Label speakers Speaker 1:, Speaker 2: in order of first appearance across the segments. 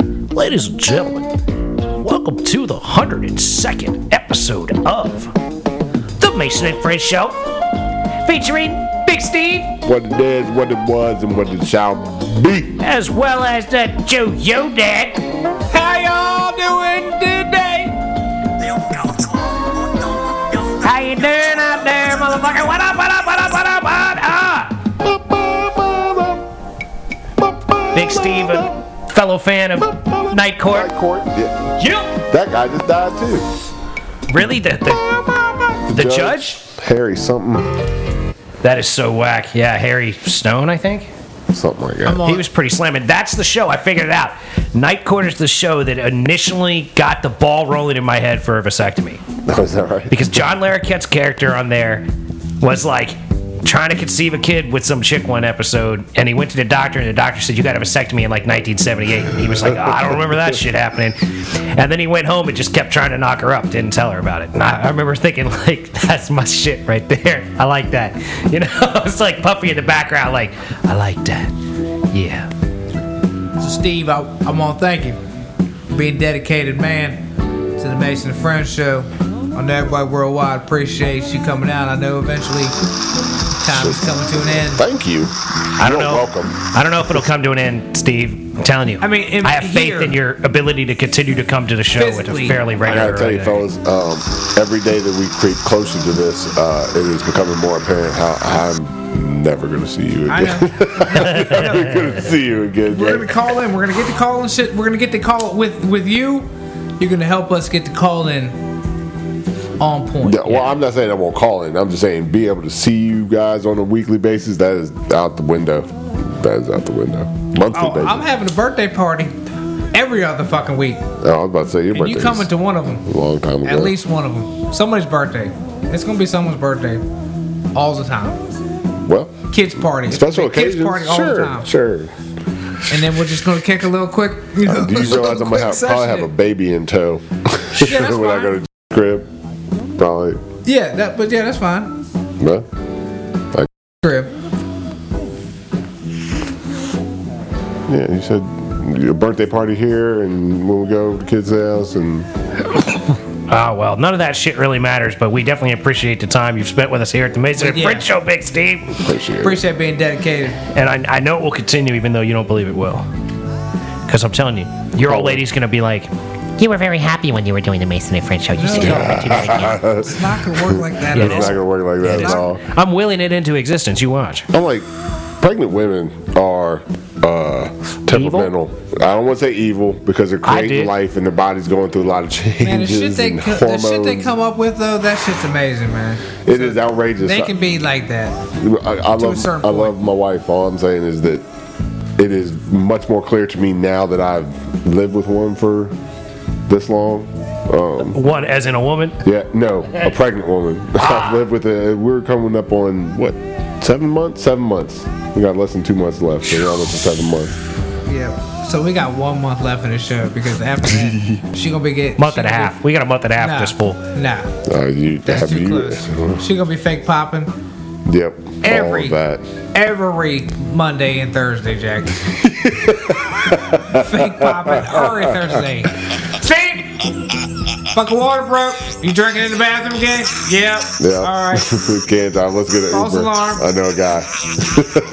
Speaker 1: Ladies and gentlemen, welcome to the 102nd episode of The Mason and Friends Show, featuring Big Steve,
Speaker 2: What it is, what it was, and what it shall be.
Speaker 1: as well as the Joe Yo Dad. How y'all doing today? How you doing out there, motherfucker? What up, what up, what up, what up, what up? Big Steve, a fellow fan of Night Court.
Speaker 2: That court, yeah.
Speaker 1: Yep.
Speaker 2: That guy just died too.
Speaker 1: Really? The, the, the judge?
Speaker 2: Harry something,
Speaker 1: That is so whack. Yeah, Harry Stone, I think.
Speaker 2: something like that.
Speaker 1: He was pretty slamming. That's the show. I figured it out. Night Court is the show that initially got the ball rolling in my head for a vasectomy.
Speaker 2: is that right?
Speaker 1: Because John Larroquette's character on there was like trying to conceive a kid with some chick one episode, and he went to the doctor, and the doctor said, You got a vasectomy in like 1978. And he was like, "Oh, I don't remember that shit happening. And then he went home and just kept trying to knock her up, didn't tell her about it. And I, I remember thinking, like, that's my shit right there. I like that. You know, it's like Puffy in the background, like, I like that. Yeah.
Speaker 3: So Steve, I, I want to thank you for being a dedicated man to the Mason and Friends show. I know everybody worldwide appreciates you coming out. I know eventually time is coming to an end.
Speaker 2: Thank you.
Speaker 1: I don't
Speaker 2: You're
Speaker 1: know.
Speaker 2: Welcome.
Speaker 1: I don't know if it'll come to an end, Steve. I'm telling you.
Speaker 3: I mean, in-
Speaker 1: I have faith
Speaker 3: here-
Speaker 1: in your ability to continue to come to the show with a
Speaker 3: Physically.
Speaker 1: fairly
Speaker 2: I
Speaker 1: regular.
Speaker 2: gotta tell you, fellas, um, every day that we creep closer to this, uh, it is becoming more apparent how I'm never gonna see you
Speaker 3: I
Speaker 2: again.
Speaker 3: know.
Speaker 2: I'm never gonna see you again.
Speaker 3: We're
Speaker 2: man.
Speaker 3: gonna call in. We're gonna get the call in shit. We're gonna get the call with with you. You're gonna help us get the call in on point.
Speaker 2: Yeah, well, I'm not saying I won't call in. I'm just saying be able to see you guys on a weekly basis. That is out the window. That is out the window. Monthly
Speaker 3: Oh,
Speaker 2: basis.
Speaker 3: I'm having a birthday party every other fucking week,
Speaker 2: Oh, I was about to say your
Speaker 3: and
Speaker 2: birthday.
Speaker 3: you coming to one of them.
Speaker 2: a long time ago.
Speaker 3: At least one of them. Somebody's birthday. It's gonna be someone's birthday all the time.
Speaker 2: Well,
Speaker 3: Kids party. It's
Speaker 2: special
Speaker 3: gonna be
Speaker 2: occasions.
Speaker 3: Kids party all
Speaker 2: sure,
Speaker 3: the time.
Speaker 2: sure.
Speaker 3: And then we're just gonna kick a little quick. You know,
Speaker 2: Do you realize I'm
Speaker 3: little
Speaker 2: gonna
Speaker 3: quick
Speaker 2: have, probably have a
Speaker 3: session.
Speaker 2: baby in tow when
Speaker 3: Yeah, that's
Speaker 2: I
Speaker 3: fine.
Speaker 2: go to crib? Probably.
Speaker 3: yeah, that, but yeah, that's fine.
Speaker 2: Well,
Speaker 3: Crib.
Speaker 2: yeah. You said your birthday party here, and when we go to kids' house, and
Speaker 1: Oh well, none of that shit really matters, but we definitely appreciate the time you've spent with us here at the Mason and
Speaker 3: Yeah.
Speaker 1: Friends Show, Big Steve.
Speaker 2: appreciate it.
Speaker 3: Appreciate being dedicated.
Speaker 1: And I, I know it will continue, even though you don't believe it will. Because I'm telling you, your old lady's gonna be like,
Speaker 4: You were very happy when you were doing the Mason and French show. You should go back to that again.
Speaker 3: It's not gonna work like that
Speaker 2: It's
Speaker 3: at
Speaker 2: not
Speaker 3: all.
Speaker 2: gonna work like that at all.
Speaker 1: "I'm willing it into existence." You watch.
Speaker 2: I'm like, pregnant women are uh, temperamental. I don't want to say evil because they're
Speaker 1: I
Speaker 2: creating
Speaker 1: did.
Speaker 2: life and their body's going through a lot of changes
Speaker 3: Man, the shit they
Speaker 2: and
Speaker 3: co- the
Speaker 2: hormones.
Speaker 3: shit they come up with though, that shit's amazing, man.
Speaker 2: it is outrageous.
Speaker 3: They can be like that.
Speaker 2: I, I love
Speaker 3: to a
Speaker 2: I
Speaker 3: certain
Speaker 2: love my wife. All I'm saying is that it is much more clear to me now that I've lived with one for this long. Um,
Speaker 1: One, as in a woman.
Speaker 2: yeah, no, a pregnant woman.
Speaker 3: Ah.
Speaker 2: I've lived with a. We're coming up on what seven months? Seven months. We got less than two months left, so we're almost to seven months.
Speaker 3: Yeah. So we got one month left in the show because after that, she gonna be getting
Speaker 1: Month
Speaker 3: she
Speaker 1: and a
Speaker 3: gonna be-
Speaker 1: half. We got a month and a half
Speaker 3: Nah,
Speaker 1: this full.
Speaker 3: Nah.
Speaker 2: Uh, you,
Speaker 3: That's
Speaker 2: have
Speaker 3: too
Speaker 2: you?
Speaker 3: close. She gonna be fake popping
Speaker 2: Yep.
Speaker 3: Every-
Speaker 2: All of that.
Speaker 3: every Monday and Thursday, Jack. fake popping every Thursday. Steve, fucking water broke. You drinking in the bathroom again? Yep.
Speaker 2: Yeah.
Speaker 3: All right.
Speaker 2: Can't I? Let's get an
Speaker 3: False
Speaker 2: Uber.
Speaker 3: alarm.
Speaker 2: I know a guy.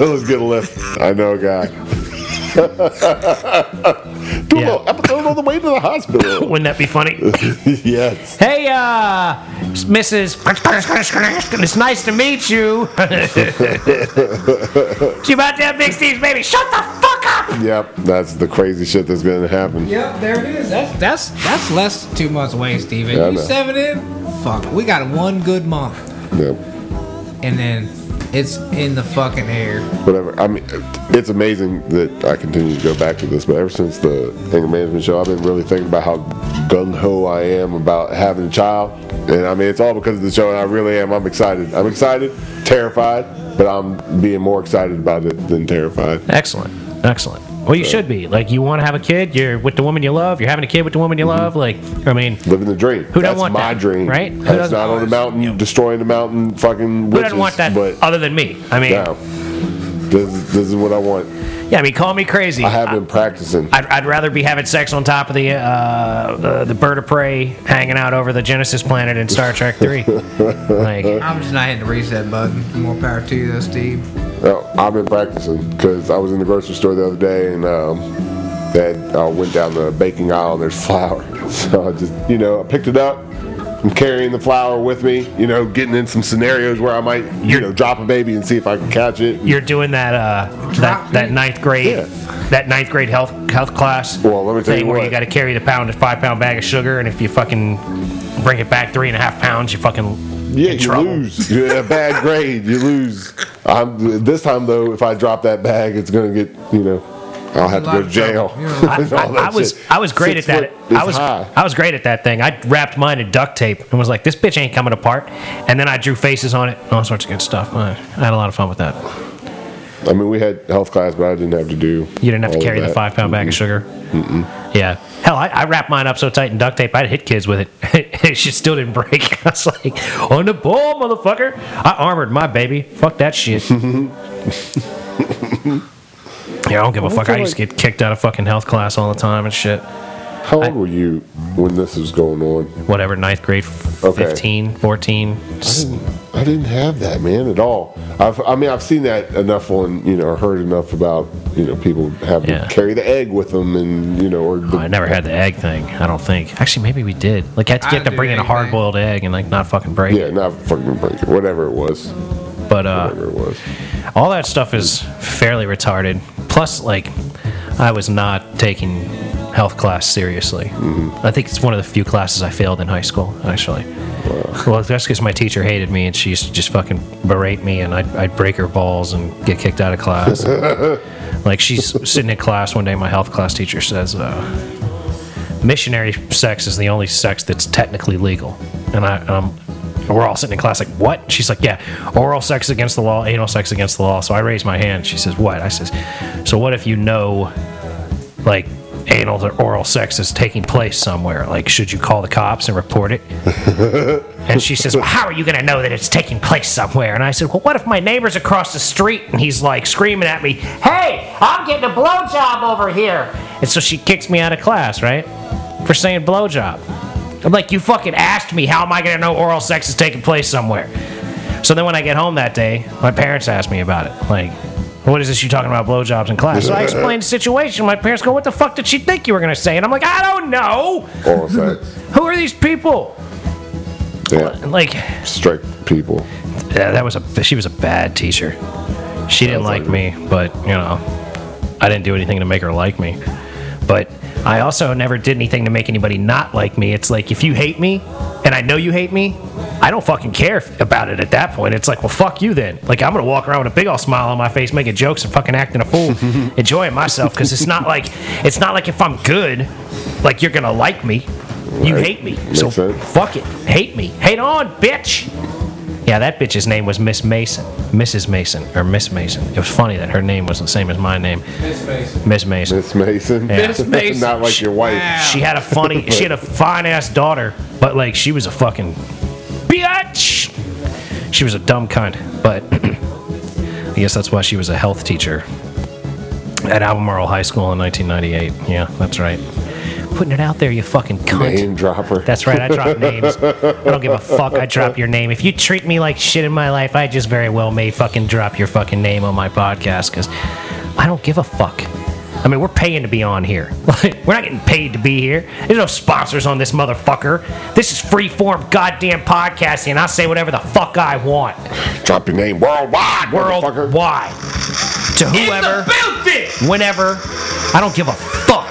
Speaker 2: Let's get a lift. I know a guy. Do a
Speaker 1: Yeah.
Speaker 2: little episode on the way to the hospital.
Speaker 1: Wouldn't that be funny?
Speaker 2: yes.
Speaker 1: Hey, uh, Mrs. It's nice to meet you. you about to have Big Steve's baby? Shut the fuck up!
Speaker 2: Yep. That's the crazy shit that's gonna happen.
Speaker 3: Yep, there it is. That's that's that's less than two months away, Steven.
Speaker 2: Yeah, I
Speaker 3: you
Speaker 2: know.
Speaker 3: seven in? Fuck. We got one good month.
Speaker 2: Yep.
Speaker 3: And then it's in the fucking air.
Speaker 2: Whatever. I mean, it's amazing that I continue to go back to this, but ever since the anger management show, I've been really thinking about how gung ho I am about having a child. And I mean, it's all because of the show, and I really am. I'm excited. I'm excited, terrified, but I'm being more excited about it than terrified.
Speaker 1: Excellent, excellent. Well, you should be. Like, you want to have a kid. You're with the woman you love. You're having a kid with the woman you love. Like, I mean,
Speaker 2: Living the dream.
Speaker 1: Who don't
Speaker 2: That's
Speaker 1: want
Speaker 2: my
Speaker 1: that,
Speaker 2: dream,
Speaker 1: right? Who
Speaker 2: That's
Speaker 1: doesn't-
Speaker 2: not on the mountain, destroying the mountain, fucking
Speaker 1: who
Speaker 2: witches.
Speaker 1: doesn't want that
Speaker 2: But
Speaker 1: other than me? I mean,
Speaker 2: no, this is, this is what I want.
Speaker 1: Yeah, I mean, call me crazy.
Speaker 2: I have been practicing.
Speaker 1: I'd, I'd rather be having sex on top of the uh, uh, the bird of prey, hanging out over the Genesis planet in Star Trek Three. like,
Speaker 3: I'm just not hitting the reset button. More power to you, though, Steve.
Speaker 2: No, I've been practicing because I was in the grocery store the other day and um, that I went down the baking aisle and there's flour. So I just, you know, I picked it up. I'm carrying the flour with me, you know, getting in some scenarios where I might, you
Speaker 1: You're-
Speaker 2: know, drop a baby and see if I can catch it.
Speaker 1: you're doing that uh, that, that ninth grade
Speaker 2: Yeah.
Speaker 1: that ninth grade health health class.
Speaker 2: Well, let me tell
Speaker 1: thing
Speaker 2: you
Speaker 1: where
Speaker 2: what.
Speaker 1: you got to carry the pound five pound bag of sugar, and if you fucking bring it back three and a half pounds, you fucking
Speaker 2: yeah,
Speaker 1: in
Speaker 2: you
Speaker 1: trouble.
Speaker 2: lose. You're in a bad grade. You lose. I'm, this time though, if I drop that bag, it's gonna get, you know, I'll have to
Speaker 3: You're
Speaker 2: go
Speaker 3: in
Speaker 2: to
Speaker 3: a lot
Speaker 2: jail.
Speaker 3: of trouble. You're in a lot
Speaker 1: I,
Speaker 2: And all
Speaker 1: I- I
Speaker 2: that
Speaker 1: was
Speaker 2: shit.
Speaker 1: I was great
Speaker 2: Six
Speaker 1: at that.
Speaker 2: foot is
Speaker 1: I was
Speaker 2: high.
Speaker 1: I was great at that thing. I wrapped mine in duct tape and was like, "This bitch ain't coming apart." And then I drew faces on it, and all sorts of good stuff. I I had a lot of fun with that.
Speaker 2: I mean, we had health class, but I didn't have to do.
Speaker 1: You didn't have
Speaker 2: all
Speaker 1: to
Speaker 2: of
Speaker 1: carry the
Speaker 2: that.
Speaker 1: five pound bag of sugar. Yeah. Hell, I, I wrapped mine up so tight in duct tape, I'd hit kids with it. it shit still didn't break. I was like, on the ball, motherfucker. I armored my baby. Fuck that shit. yeah, I don't give a fuck.
Speaker 2: feel
Speaker 1: I used to get kicked out of fucking health class all the time and shit.
Speaker 2: How old were you when this was going on?
Speaker 1: Whatever, ninth grade,
Speaker 2: Okay.
Speaker 1: 15, 14.
Speaker 2: I didn't, I didn't have that, man, at all. I've, I mean, I've seen that enough on, you know, or heard enough about, you know, people have
Speaker 1: Yeah. Oh,
Speaker 2: to carry the egg with them and, you know, or the,
Speaker 1: I never had the egg thing, I don't think. Actually, maybe we did. Like, I had to
Speaker 3: I
Speaker 1: get to
Speaker 3: did
Speaker 1: bring in a
Speaker 3: egg thing.
Speaker 1: hard boiled egg and, like, not fucking break
Speaker 2: yeah,
Speaker 1: it.
Speaker 2: not fucking break it, whatever it was.
Speaker 1: But, uh,
Speaker 2: Whatever it was.
Speaker 1: all that stuff is fairly retarded. Plus, like, I was not taking health class seriously. I think it's one of the few classes I failed in high school, actually. Well, that's because my teacher hated me and she used to just fucking berate me and I'd, I'd break her balls and get kicked out of class. like, she's sitting in class one day, my health class teacher says, uh, missionary sex is the only sex that's technically legal. And I, and I'm, and we're all sitting in class like, what? She's like, yeah, oral sex against the law, anal sex against the law. So I raise my hand. She says, what? I says, so what if you know, like, anal or oral sex is taking place somewhere? Like, should you call the cops and report it? and she says, well, how are you going to know that it's taking place somewhere? And I said, well, what if my neighbor's across the street and he's like screaming at me, hey, I'm getting a blowjob over here. And so she kicks me out of class, right? For saying blowjob. I'm like, you fucking asked me, how am I gonna know oral sex is taking place somewhere? So then when I get home that day, my parents asked me about it. Like, what is this you talking about blowjobs in class? So I explained the situation. My parents go, what the fuck did she think you were gonna say? And I'm like, I don't know.
Speaker 2: Oral sex.
Speaker 1: Who are these people?
Speaker 2: Yeah.
Speaker 1: Like,
Speaker 2: Straight people.
Speaker 1: yeah, that was a she was a bad teacher. She didn't
Speaker 2: Sounds
Speaker 1: like
Speaker 2: like
Speaker 1: me, but you know, I didn't do anything to make her like me. But I also never did anything to make anybody not like me. It's like if you hate me and I know you hate me, I don't fucking care if- about it at that point. It's like, well, fuck you then. Like I'm gonna walk around with a big old smile on my face, making jokes and fucking acting a fool, enjoying myself because it's not like it's not like if I'm good, like you're gonna like me. You
Speaker 2: Right.
Speaker 1: hate me,
Speaker 2: Makes
Speaker 1: so
Speaker 2: sense.
Speaker 1: fuck it. Hate me, hate on, bitch. Yeah, that bitch's name was Miss Mason. Mrs. Mason, or Miss Mason. It was funny that her name was the same as my name,
Speaker 3: Miss Mason.
Speaker 1: Miss Mason.
Speaker 2: Miss Mason.
Speaker 3: Miss Mason.
Speaker 2: Not like your wife.
Speaker 3: Wow.
Speaker 1: She had a funny, she had a fine ass daughter, but like she was a fucking bitch. She was a dumb cunt, but I guess that's why she was a health teacher at Albemarle High School in 1998. Yeah, that's right. Putting it out there, you fucking cunt.
Speaker 2: Name dropper.
Speaker 1: That's right. I drop names. I don't give a fuck. I drop your name. If you treat me like shit in my life, I just very well may fucking drop your fucking name on my podcast because I don't give a fuck. I mean, we're paying to be on here. we're not getting paid to be here. There's no sponsors on this motherfucker. This is free form goddamn podcasting, and I say whatever the fuck I want.
Speaker 2: Drop your name worldwide, motherfucker.
Speaker 1: Worldwide. To whoever whenever. I don't give a fuck.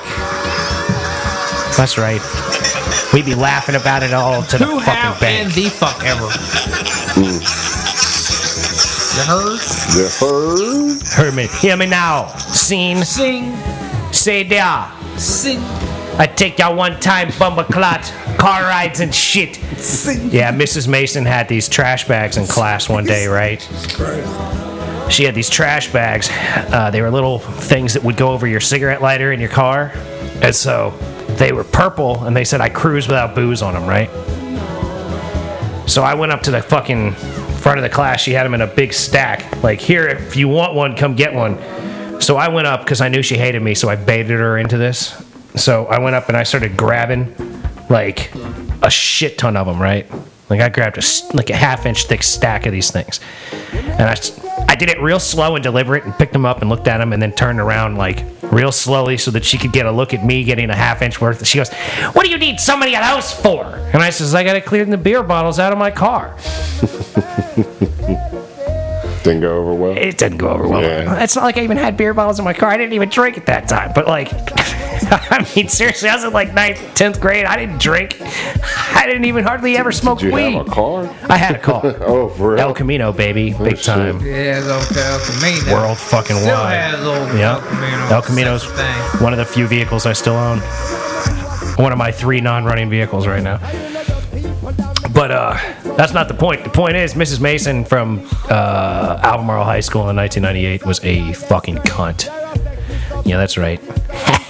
Speaker 1: That's right. We'd be laughing about it all to the
Speaker 3: Who, how,
Speaker 1: fucking bank.
Speaker 3: and the fuck ever.
Speaker 2: Mm.
Speaker 3: You heard?
Speaker 2: The herd.
Speaker 1: Hear me, hear me now. Scene,
Speaker 3: Sing,
Speaker 1: say there.
Speaker 3: sing,
Speaker 1: I take y'all one time bumper clot, car rides and shit.
Speaker 3: sing.
Speaker 1: Yeah, Mrs. Mason had these trash bags in class one day, right? She had these trash bags. Uh, they were little things that would go over your cigarette lighter in your car. And so they were purple, and they said, I cruise without booze on them, right? So I went up to the fucking front of the class. She had them in a big stack. Like, here, if you want one, come get one. So I went up because I knew she hated me, so I baited her into this. So I went up and I started grabbing like a shit ton of them, right? Like I grabbed a s- like a half inch thick stack of these things, and I s- I did it real slow and deliberate and picked them up and looked at them and then turned around like real slowly so that she could get a look at me getting a half inch worth. She goes, "What do you need so many of those for?" And I says, "I got to clear the beer bottles out of my car."
Speaker 2: Didn't go over well.
Speaker 1: It didn't go over well.
Speaker 2: Yeah.
Speaker 1: It's not like I even had beer bottles in my car. I didn't even drink at that time. But like, I mean, seriously, I was in like ninth, tenth grade. I didn't drink. I didn't even hardly ever smoke
Speaker 2: Did you
Speaker 1: weed.
Speaker 2: have a car?
Speaker 1: I had a car.
Speaker 2: Oh, for real?
Speaker 1: El Camino, baby, big
Speaker 2: shit.
Speaker 1: time.
Speaker 3: Yeah, it's old El Camino.
Speaker 1: World fucking
Speaker 3: Still
Speaker 1: wide.
Speaker 3: has old
Speaker 1: Yeah.
Speaker 3: El Camino.
Speaker 1: El Camino's
Speaker 3: Such a thing.
Speaker 1: one of the few vehicles I still own. One of my three non-running vehicles right now. But uh, that's not the point. The point is, Mrs. Mason from uh, Albemarle High School in 1998 was a fucking cunt. Yeah, that's right.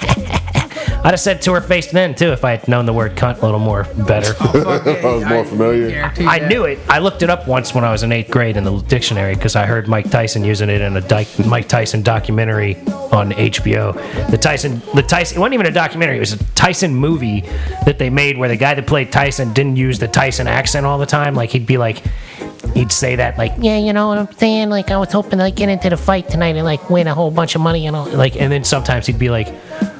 Speaker 1: I'd have said to her face then too if I had known the word cunt a little more better.
Speaker 3: Fuck yeah,
Speaker 2: I was more familiar.
Speaker 3: guarantee
Speaker 1: I
Speaker 3: that.
Speaker 1: knew it. I looked it up once when I was in eighth grade in the dictionary because I heard Mike Tyson using it in a Di- Mike Tyson documentary on HBO. The Tyson, the Tyson, it wasn't even a documentary. It was a Tyson movie that they made where the guy that played Tyson didn't use the Tyson accent all the time. Like he'd be like, he'd say that like,
Speaker 4: Yeah, you know what I'm saying? Like, I was hoping to like, get into the fight tonight and, like, win a whole bunch of money and all.
Speaker 1: like, and then sometimes he'd be like,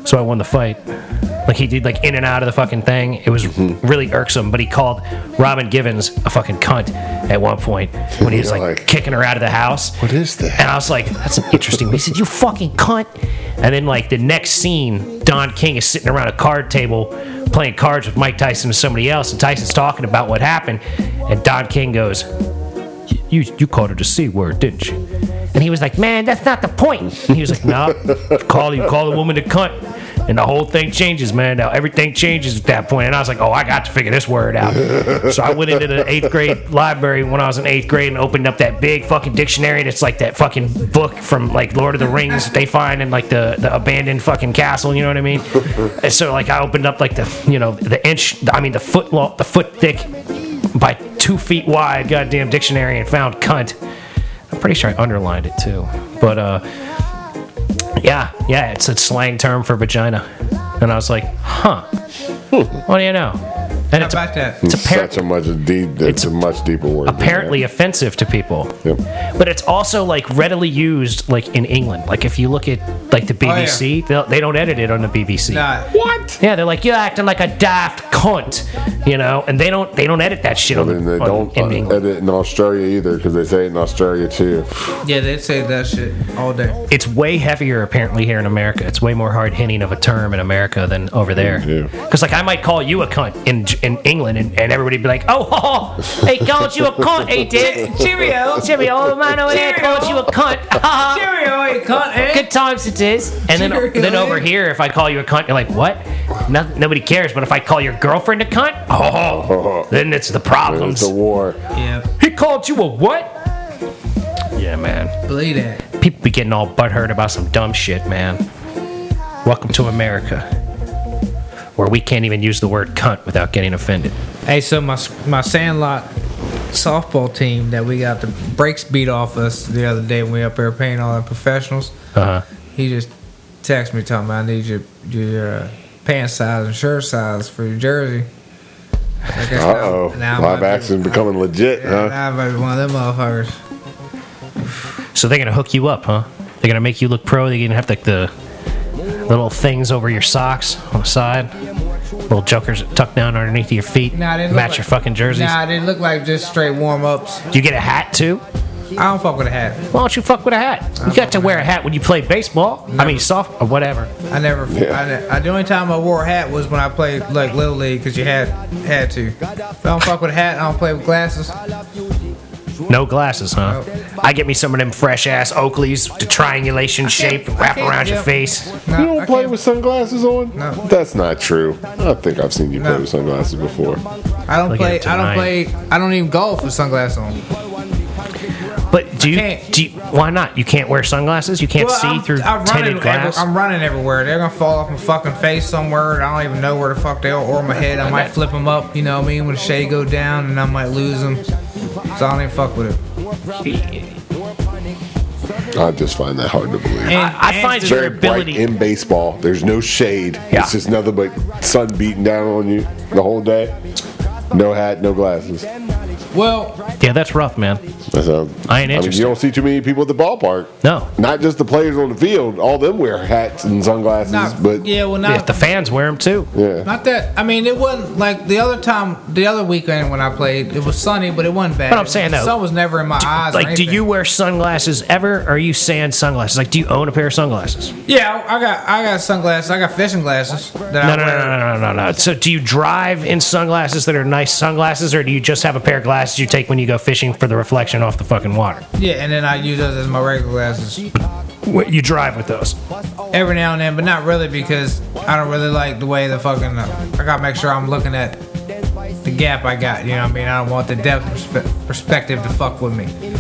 Speaker 1: "So I won the fight." Like he did like in and out of the fucking thing. It was
Speaker 2: Mm-hmm.
Speaker 1: really irksome. But he called Robin Givens a fucking cunt at one point when he was like,
Speaker 2: Like-
Speaker 1: kicking her out of the house.
Speaker 2: What is that?
Speaker 1: And I was like, "That's an interesting." one." He said, "You fucking cunt." And then like the next scene, Don King is sitting around a card table playing cards with Mike Tyson and somebody else, and Tyson's talking about what happened, and Don King goes, you you called it a c word, didn't you? And he was like, man, that's not the point. And he was like, no, call you call the woman a cunt, and the whole thing changes, man. Now everything changes at that point. And I was like, oh, I got to figure this word out. so I went into the eighth grade library when I was in eighth grade and opened up that big fucking dictionary that's like that fucking book from like Lord of the Rings that they find in like the, the abandoned fucking castle. You know what I mean? and so like I opened up like the you know the inch, I mean the foot long, the foot thick by two feet wide goddamn dictionary and found cunt. I'm pretty sure I underlined it too. But uh, yeah, yeah, it's a slang term for vagina. And I was like, huh, what do you know? And
Speaker 3: How
Speaker 1: it's
Speaker 3: about that?
Speaker 1: it's apparent-
Speaker 2: Hmm. Such a much deep. It's a much deeper word. than that.
Speaker 1: apparently offensive to people.
Speaker 2: Yep.
Speaker 1: But it's also like readily used like in England. Like if you look at like
Speaker 2: Oh,
Speaker 1: the
Speaker 3: yeah.
Speaker 1: BBC, they'll- they don't edit it on the BBC.
Speaker 3: Nah,
Speaker 1: Yeah, they're like you're acting like a daft cunt, you know, and they don't they don't edit that shit on,
Speaker 2: And
Speaker 1: the
Speaker 2: they
Speaker 1: on-
Speaker 2: don't uh,
Speaker 1: in England.
Speaker 2: edit in Australia either because they say it in Australia too.
Speaker 3: yeah, they'd say that shit all day.
Speaker 1: it's way heavier apparently here in America. It's way more hard hitting of a term in America than over there.
Speaker 2: Yeah.
Speaker 1: Because like I might call you a cunt in in England, and, and everybody'd be like, "Oh, ho, ho, they called you a cunt, hey dick."
Speaker 3: Cheerio.
Speaker 1: Jimmy, old man over there called you a cunt. Ha, ha.
Speaker 3: Cheerio, you cunt, eh?
Speaker 1: Good times it is. And then
Speaker 3: Cheerio.
Speaker 1: then over here, if I call you a cunt, you're like, "What?" No, nobody cares. But if I call your girlfriend a cunt, oh, then it's the
Speaker 2: It's
Speaker 1: problems.
Speaker 2: a war.
Speaker 3: Yeah,
Speaker 1: He called you a what? Yeah, man
Speaker 3: believe that.
Speaker 1: people be getting all butthurt about some dumb shit, man. Welcome to America, where we can't even use the word cunt without getting offended.
Speaker 3: Hey, so my my Sandlot softball team that we got the brakes beat off us the other day when we up there paying all our professionals.
Speaker 1: Uh huh.
Speaker 3: He just texted me talking about I need your your uh, pant size and shirt size for your jersey. I guess now-
Speaker 2: Uh oh.
Speaker 3: now I
Speaker 2: Live
Speaker 3: might be-
Speaker 2: action becoming legit,
Speaker 3: Yeah,
Speaker 2: huh?
Speaker 3: now I might be one of them motherfuckers.
Speaker 1: So they're gonna hook you up, huh? They're gonna make you look pro. They're gonna have like the little things over your socks on the side, little jokers tucked down underneath your feet,
Speaker 3: Nah, they look
Speaker 1: match
Speaker 3: like-
Speaker 1: your fucking jerseys.
Speaker 3: Nah, they look like just straight warm ups.
Speaker 1: Do you get a hat too?
Speaker 3: I don't fuck with a hat.
Speaker 1: Why don't you fuck with a hat? You got to wear a hat when you play baseball. I mean, soft or whatever.
Speaker 3: I never. I ne- I, the only time I wore a hat was when I played like little league because you had had to. If I don't fuck with a hat, I don't play with glasses.
Speaker 1: No glasses, huh? I get me some of them fresh ass Oakleys, the triangulation shape,
Speaker 3: I
Speaker 1: wrap
Speaker 3: can't
Speaker 1: around your
Speaker 3: do-
Speaker 1: face.
Speaker 3: Nah,
Speaker 2: You
Speaker 3: I
Speaker 2: don't play
Speaker 3: can't-
Speaker 2: with sunglasses on?
Speaker 3: No.
Speaker 2: That's not true. I don't think I've seen you play
Speaker 3: No.
Speaker 2: with sunglasses before.
Speaker 3: I don't
Speaker 1: Look at
Speaker 3: play.
Speaker 1: it
Speaker 3: I don't
Speaker 1: tonight.
Speaker 3: play. I don't even golf with sunglasses on.
Speaker 1: But do you,
Speaker 3: can't.
Speaker 1: do you- Why not? You can't wear sunglasses. You can't see
Speaker 3: I'm,
Speaker 1: through
Speaker 3: I'm running.
Speaker 1: tinted glass.
Speaker 3: every- I'm running everywhere. They're gonna fall off my fucking face somewhere. and I don't even know where the fuck they are or my head. I might flip them up. You know what I mean? When the shade go down, and I might lose them. So I don't even fuck with it.
Speaker 2: I just find that hard to believe.
Speaker 3: And-
Speaker 1: I, I find
Speaker 3: and-
Speaker 1: your
Speaker 2: very bright
Speaker 1: ability.
Speaker 2: in baseball. There's no shade.
Speaker 1: Yeah.
Speaker 2: It's just nothing but sun beating down on you the whole day. No hat, no glasses.
Speaker 3: Well,
Speaker 1: yeah, that's rough, man.
Speaker 2: That sounds,
Speaker 1: I ain't
Speaker 2: mean,
Speaker 1: interested.
Speaker 2: you don't see too many people at the ballpark.
Speaker 1: No.
Speaker 2: Not just the players on the field. All them wear hats and sunglasses.
Speaker 3: not,
Speaker 2: but
Speaker 3: yeah, well,
Speaker 1: Yeah,
Speaker 3: not
Speaker 1: the fans wear them too.
Speaker 2: yeah.
Speaker 3: Not that I mean it wasn't like the other time the other weekend when I played it was sunny but it wasn't bad.
Speaker 1: But I'm saying,
Speaker 3: the
Speaker 1: though,
Speaker 3: sun was never in my eyes. or
Speaker 1: Like, do
Speaker 3: anything.
Speaker 1: you wear sunglasses ever? Or are you saying sunglasses? Like, do you own a pair of sunglasses?
Speaker 3: Yeah, I got I got sunglasses. I got fishing glasses that I
Speaker 1: No, no, no,
Speaker 3: wear.
Speaker 1: no, no, no, no. So, do you drive in sunglasses that are nice sunglasses, or do you just have a pair of glasses you take when you go fishing for the reflection off the fucking water?
Speaker 3: Yeah, and then I use those as my regular glasses
Speaker 1: Wh- You drive with those.
Speaker 3: every now and then, but not really because I don't really like the way the fucking. Uh, I gotta make sure I'm looking at the gap I got. You know what I mean? I don't want the depth perspe- perspective to fuck with me. You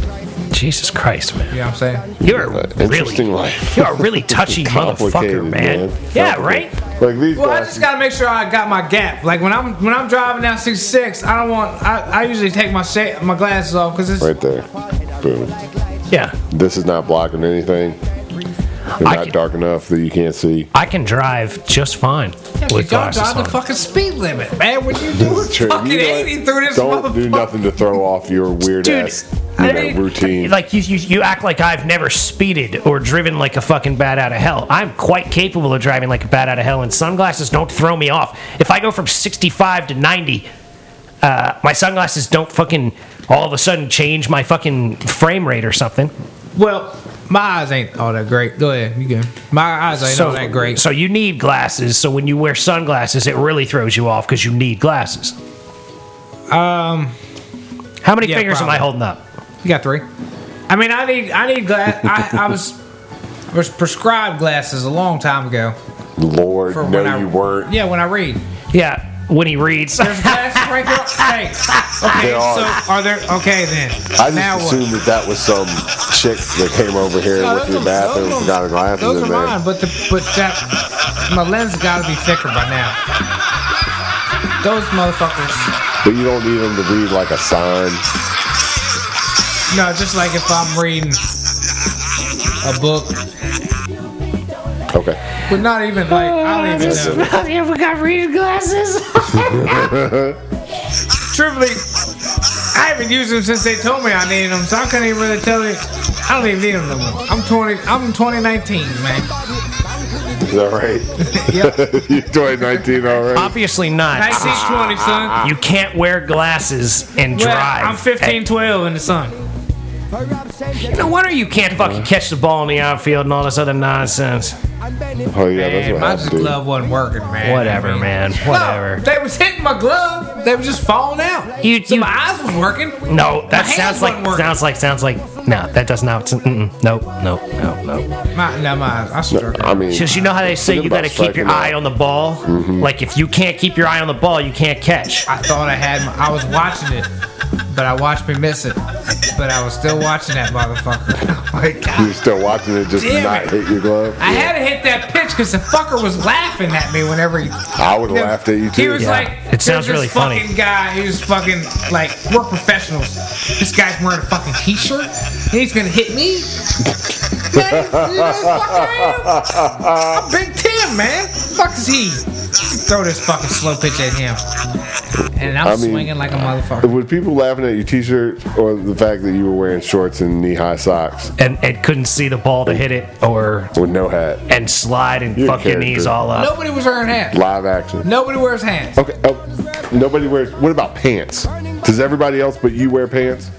Speaker 1: Jesus Christ, man.
Speaker 3: know what I'm saying?
Speaker 1: You're
Speaker 2: Uh,
Speaker 1: really,
Speaker 2: Interesting life.
Speaker 1: you're a really touchy
Speaker 2: Complicated,
Speaker 1: motherfucker, man. Yeah, right.
Speaker 2: Like these
Speaker 3: Well, I
Speaker 2: glasses.
Speaker 3: just gotta make sure I got my gap. Like when I'm when I'm driving down 66, I don't want. I, I usually take my sha- my glasses off because it's
Speaker 2: right there. Boom.
Speaker 1: Yeah,
Speaker 2: This is not blocking anything. They're
Speaker 1: I
Speaker 2: not
Speaker 1: can-
Speaker 2: dark enough that you can't see.
Speaker 1: I can drive just fine
Speaker 3: Yeah, but
Speaker 1: with
Speaker 3: don't
Speaker 1: glasses
Speaker 3: drive the
Speaker 1: on.
Speaker 3: fucking speed limit, man. What you doing?
Speaker 2: It's true. You
Speaker 3: fucking
Speaker 2: know what?
Speaker 3: 80 through this
Speaker 2: Don't do
Speaker 3: motherfucker.
Speaker 2: nothing to throw off your weird
Speaker 1: Dude,
Speaker 2: ass you
Speaker 1: I
Speaker 2: know,
Speaker 1: mean-
Speaker 2: routine.
Speaker 1: Like you, you, you act like I've never speeded or driven like a fucking bat out of hell. I'm quite capable of driving like a bat out of hell, and sunglasses don't throw me off. If I go from 65 to 90, uh, my sunglasses don't fucking all of a sudden change my fucking frame rate or something.
Speaker 3: Well, my eyes ain't all that great. Go ahead, you go. My eyes ain't all that great.
Speaker 1: so you need glasses. So when you wear sunglasses, it really throws you off because you need glasses.
Speaker 3: Um,
Speaker 1: How many
Speaker 3: Yeah,
Speaker 1: fingers am
Speaker 3: probably.
Speaker 1: I holding up?
Speaker 3: you got three. I mean, I need I need glass. I, I was was prescribed glasses a long time ago.
Speaker 2: Lord,
Speaker 3: For
Speaker 2: no,
Speaker 3: when I,
Speaker 2: you weren't.
Speaker 3: Yeah, when I read.
Speaker 1: Yeah, when he reads.
Speaker 3: There's glasses right there. Hey, okay,
Speaker 2: There are.
Speaker 3: so are there? Okay, then.
Speaker 2: I
Speaker 3: now
Speaker 2: just
Speaker 3: what?
Speaker 2: assumed that that was some chick that came over here
Speaker 3: No,
Speaker 2: and went to
Speaker 3: those
Speaker 2: the
Speaker 3: are-
Speaker 2: bathroom and
Speaker 3: those are-
Speaker 2: got her glasses
Speaker 3: Those
Speaker 2: in
Speaker 3: are
Speaker 2: there.
Speaker 3: mine, but the but that my lens got to be thicker by now. Those motherfuckers.
Speaker 2: But you don't need them to read like a sign.
Speaker 3: No, just like if I'm reading a book,
Speaker 2: Okay.
Speaker 3: but not even like I
Speaker 4: Oh,
Speaker 3: don't even
Speaker 1: Oh,
Speaker 3: know.
Speaker 4: you ever got reading glasses?
Speaker 3: Truthfully, I haven't used them since they told me I needed them, so I couldn't even really tell you. I don't even need them no more. I'm 20. I'm 2019, man.
Speaker 2: Is that right?
Speaker 3: Yep.
Speaker 2: You're 2019 already.
Speaker 1: Obviously not.
Speaker 3: 1920, son.
Speaker 1: You can't wear glasses and
Speaker 3: Well,
Speaker 1: drive.
Speaker 3: I'm 15, 12 in the sun.
Speaker 1: No wonder you can't fucking catch the ball in the outfield and all this other nonsense.
Speaker 2: Oh, yeah, that's
Speaker 3: Man,
Speaker 2: what
Speaker 3: my
Speaker 2: happened. dude.
Speaker 3: glove wasn't working, man.
Speaker 1: Whatever, man.
Speaker 3: No,
Speaker 1: Whatever.
Speaker 3: they was hitting my glove. They was just falling out.
Speaker 1: You-
Speaker 3: so
Speaker 1: you-
Speaker 3: my eyes was working.
Speaker 1: No, that
Speaker 3: hands
Speaker 1: sounds like
Speaker 3: wasn't working.
Speaker 1: sounds like sounds like no. That does not. Mm-mm, nope, nope, no, no.
Speaker 3: My, no, my eyes. I should
Speaker 2: I mean,
Speaker 1: Because you know how they say
Speaker 2: Forget
Speaker 1: you got to
Speaker 2: about Mm-hmm.
Speaker 1: keep your
Speaker 2: striking out.
Speaker 1: eye on the ball. Like if you can't keep your eye on the ball, you can't catch.
Speaker 3: I thought I had. My, I was watching it, but I watched me miss it. But I was still watching that motherfucker. Oh my
Speaker 2: you're
Speaker 3: god.
Speaker 2: still watching it just
Speaker 3: Damn
Speaker 2: not
Speaker 3: it.
Speaker 2: hit your glove.
Speaker 3: I had to hit that pitch because the fucker was laughing at me whenever he.
Speaker 2: I would have laughed at you too.
Speaker 3: He was
Speaker 1: Yeah.
Speaker 3: like,
Speaker 1: It
Speaker 3: he was
Speaker 1: sounds
Speaker 3: this
Speaker 1: really funny.
Speaker 3: fucking guy. He was fucking like, we're professionals. This guy's wearing a fucking t-shirt. And he's gonna hit me. man, you know who the fuck I am? I'm Big Tim, man. The fuck is he? Throw this fucking slow pitch at him, and I'm
Speaker 2: I mean,
Speaker 3: swinging like a motherfucker.
Speaker 2: With people laughing at your T-shirt or the fact that you were wearing shorts and knee-high socks
Speaker 1: And and couldn't see the ball to hit it or
Speaker 2: with no hat,
Speaker 1: and slide and
Speaker 2: You're a
Speaker 1: fuck your knees
Speaker 2: character.
Speaker 1: all up.
Speaker 3: Nobody was wearing hats.
Speaker 2: live action.
Speaker 3: Nobody wears hats.
Speaker 2: Okay. Oh, nobody wears. What about pants? Does everybody else but you wear pants?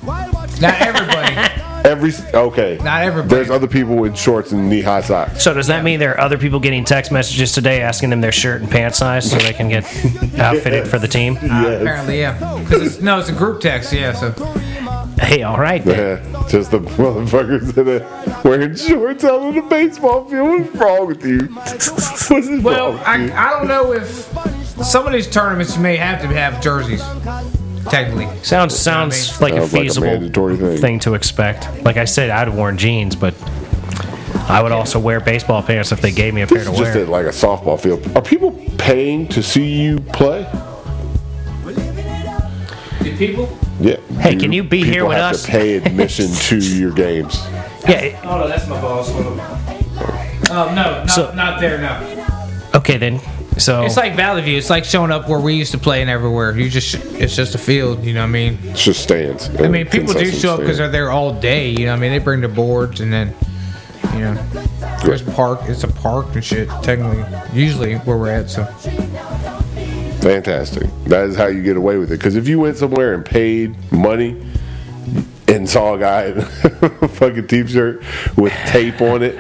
Speaker 3: Not everybody.
Speaker 2: Every okay.
Speaker 3: Not everybody.
Speaker 2: There's other people with shorts and knee-high socks.
Speaker 1: So does that mean there are other people getting text messages today asking them their shirt and pant size so they can get outfitted for the team?
Speaker 3: Uh, Apparently, yeah. 'Cause it's- no, it's a group text. Yeah, so
Speaker 1: Hey, all right. then.
Speaker 2: Yeah, just the motherfuckers that are wearing shorts out on the baseball field. What's wrong with you? What's wrong
Speaker 3: Well,
Speaker 2: with
Speaker 3: I,
Speaker 2: you?
Speaker 3: I don't know if some of these tournaments you may have to have jerseys. Technically,
Speaker 1: Sounds sounds like a
Speaker 2: Sounds like a
Speaker 1: feasible
Speaker 2: mandatory
Speaker 1: thing.
Speaker 2: thing.
Speaker 1: to expect. Like I said, I'd have worn jeans, but I would also wear baseball pants if they gave me a pair
Speaker 2: This
Speaker 1: to
Speaker 2: is just
Speaker 1: wear.
Speaker 2: at like a softball field. Are people paying to see you play?
Speaker 3: people.
Speaker 2: Yeah.
Speaker 1: Hey, can you be
Speaker 2: people
Speaker 1: here with
Speaker 2: have
Speaker 1: us?
Speaker 2: To pay admission to your games.
Speaker 1: Yeah.
Speaker 3: Oh no, that's my boss. Hold on. Um, no, not,
Speaker 1: So-
Speaker 3: not there. No,
Speaker 1: Okay then. So
Speaker 3: it's like Valley View. It's like showing up where we used to play and everywhere. You just, it's just a field. You know what I mean?
Speaker 2: It's just stands.
Speaker 3: I mean, people do show up because they're there all day. You know, what I mean, they bring their boards and then, you know, there's park. It's a park and shit. Technically, usually where we're at. So
Speaker 2: Fantastic. That is how you get away with it. Because if you went somewhere and paid money and saw a guy in a fucking t-shirt with tape on it,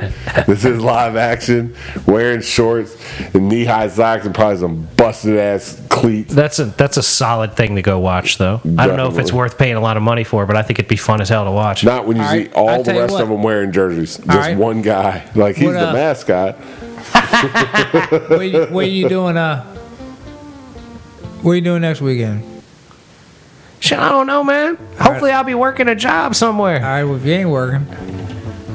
Speaker 2: this is live action, wearing shorts and knee-high socks and probably some busted ass cleats.
Speaker 1: that's a that's a solid thing to go watch though. I don't know if it's
Speaker 2: Definitely.
Speaker 1: worth paying a lot of money for, but I think it'd be fun as hell to watch.
Speaker 2: Not when you
Speaker 3: All
Speaker 2: see
Speaker 3: right,
Speaker 2: all
Speaker 3: I'll
Speaker 2: the
Speaker 3: tell you
Speaker 2: rest
Speaker 3: what.
Speaker 2: of them wearing jerseys. Just
Speaker 3: right.
Speaker 2: one guy, like he's
Speaker 3: What,
Speaker 2: the
Speaker 3: uh,
Speaker 2: mascot.
Speaker 3: what you, what you doing? Uh, what you doing next weekend?
Speaker 1: Shit, I don't know, man. Hopefully, I'll be working a job somewhere.
Speaker 3: All right, well, if you ain't working,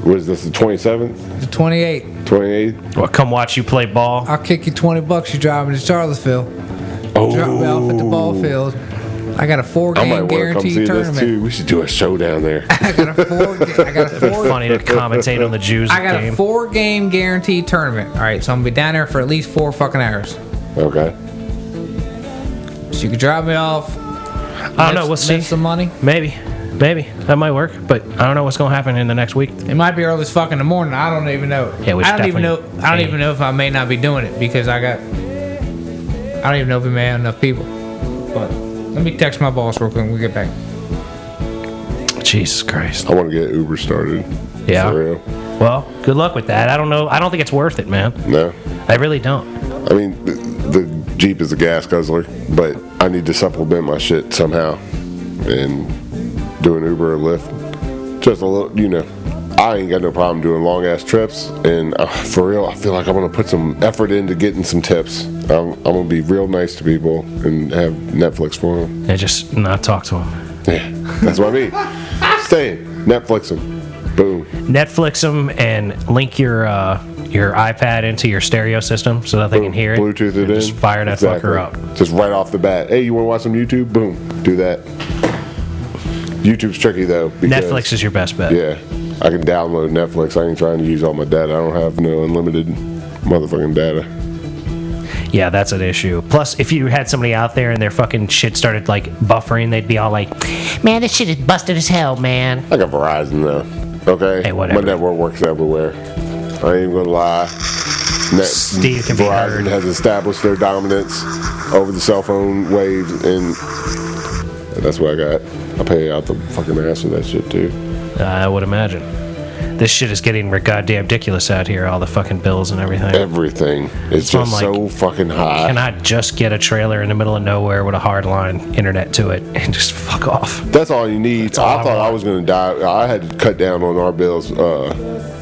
Speaker 2: What is this? The twenty seventh,
Speaker 3: it's 28.
Speaker 2: twenty eighth.
Speaker 1: Well, come watch you play ball.
Speaker 3: I'll kick you 20 bucks. You driving to Charlottesville? Drop me off at the ball field. I got a
Speaker 2: Oh. I might
Speaker 3: four-game
Speaker 2: want to come see
Speaker 3: guaranteed
Speaker 2: this
Speaker 3: tournament.
Speaker 2: too. We should do a show down there.
Speaker 3: I got a four. I got a four.
Speaker 1: Funny to commentate on the Jews
Speaker 3: I got
Speaker 1: game.
Speaker 3: a four game guaranteed tournament. All right, so I'm gonna be down there for at least four fucking hours.
Speaker 2: okay.
Speaker 3: So you can drop me off.
Speaker 1: I don't know. We'll see.
Speaker 3: Make some money.
Speaker 1: Maybe, maybe that might work. But I don't know what's gonna happen in the next week.
Speaker 3: It might be early as fuck in the morning. I don't even know.
Speaker 1: Yeah, we should
Speaker 3: I don't even know.
Speaker 1: definitely-
Speaker 3: I don't even know if I may not be doing it because I got. I don't even know if we may have enough people. But let me text my boss real quick. When we get back.
Speaker 1: Jesus Christ.
Speaker 2: I want to get Uber started.
Speaker 1: Yeah.
Speaker 2: For real.
Speaker 1: Well, good luck with that. I don't know. I don't think it's worth it, man.
Speaker 2: No.
Speaker 1: I really don't.
Speaker 2: I mean, the, the Jeep is a gas guzzler, but I need to supplement my shit somehow. And doing Uber or Lyft, just a little, you know. I ain't got no problem doing long ass trips, and uh, for real, I feel like I'm gonna put some effort into getting some tips. I'm, I'm gonna be real nice to people and have Netflix for them.
Speaker 1: I just not talk to him.
Speaker 2: Yeah, that's what I mean. Staying Netflix them, boom.
Speaker 1: Netflix them and link your uh, your iPad into your stereo system so that they can hear it.
Speaker 2: Bluetooth it
Speaker 1: and
Speaker 2: in.
Speaker 1: Just fire that
Speaker 2: Exactly.
Speaker 1: fucker up.
Speaker 2: Just right off the bat. Hey, you want to watch some YouTube? Boom, do that. YouTube's tricky though. Because,
Speaker 1: Netflix is your best bet.
Speaker 2: Yeah, I can download Netflix. I ain't trying to use all my data. I don't have no unlimited motherfucking data.
Speaker 1: Yeah, that's an issue. Plus, if you had somebody out there and their fucking shit started like buffering, they'd be all like,
Speaker 4: Man, this shit is busted as hell, man.
Speaker 2: I got Verizon though. Okay.
Speaker 1: Hey, whatever.
Speaker 2: My network works everywhere. I ain't gonna lie. Net-
Speaker 1: Steve can be
Speaker 2: Verizon
Speaker 1: heard.
Speaker 2: has established their dominance over the cell phone waves, and that's what I got. I pay out the fucking ass for that shit too.
Speaker 1: "Uh, I would imagine. This shit is getting goddamn ridiculous out here, all the fucking bills and everything.
Speaker 2: everything. It's
Speaker 1: So I'm
Speaker 2: just
Speaker 1: like,
Speaker 2: so fucking high.
Speaker 1: Can I just get a trailer in the middle of nowhere with a hard line internet to it and just fuck off?
Speaker 2: That's all you need.
Speaker 1: all
Speaker 2: I
Speaker 1: I
Speaker 2: thought I
Speaker 1: want.
Speaker 2: was gonna die. I had to cut down on our bills, uh,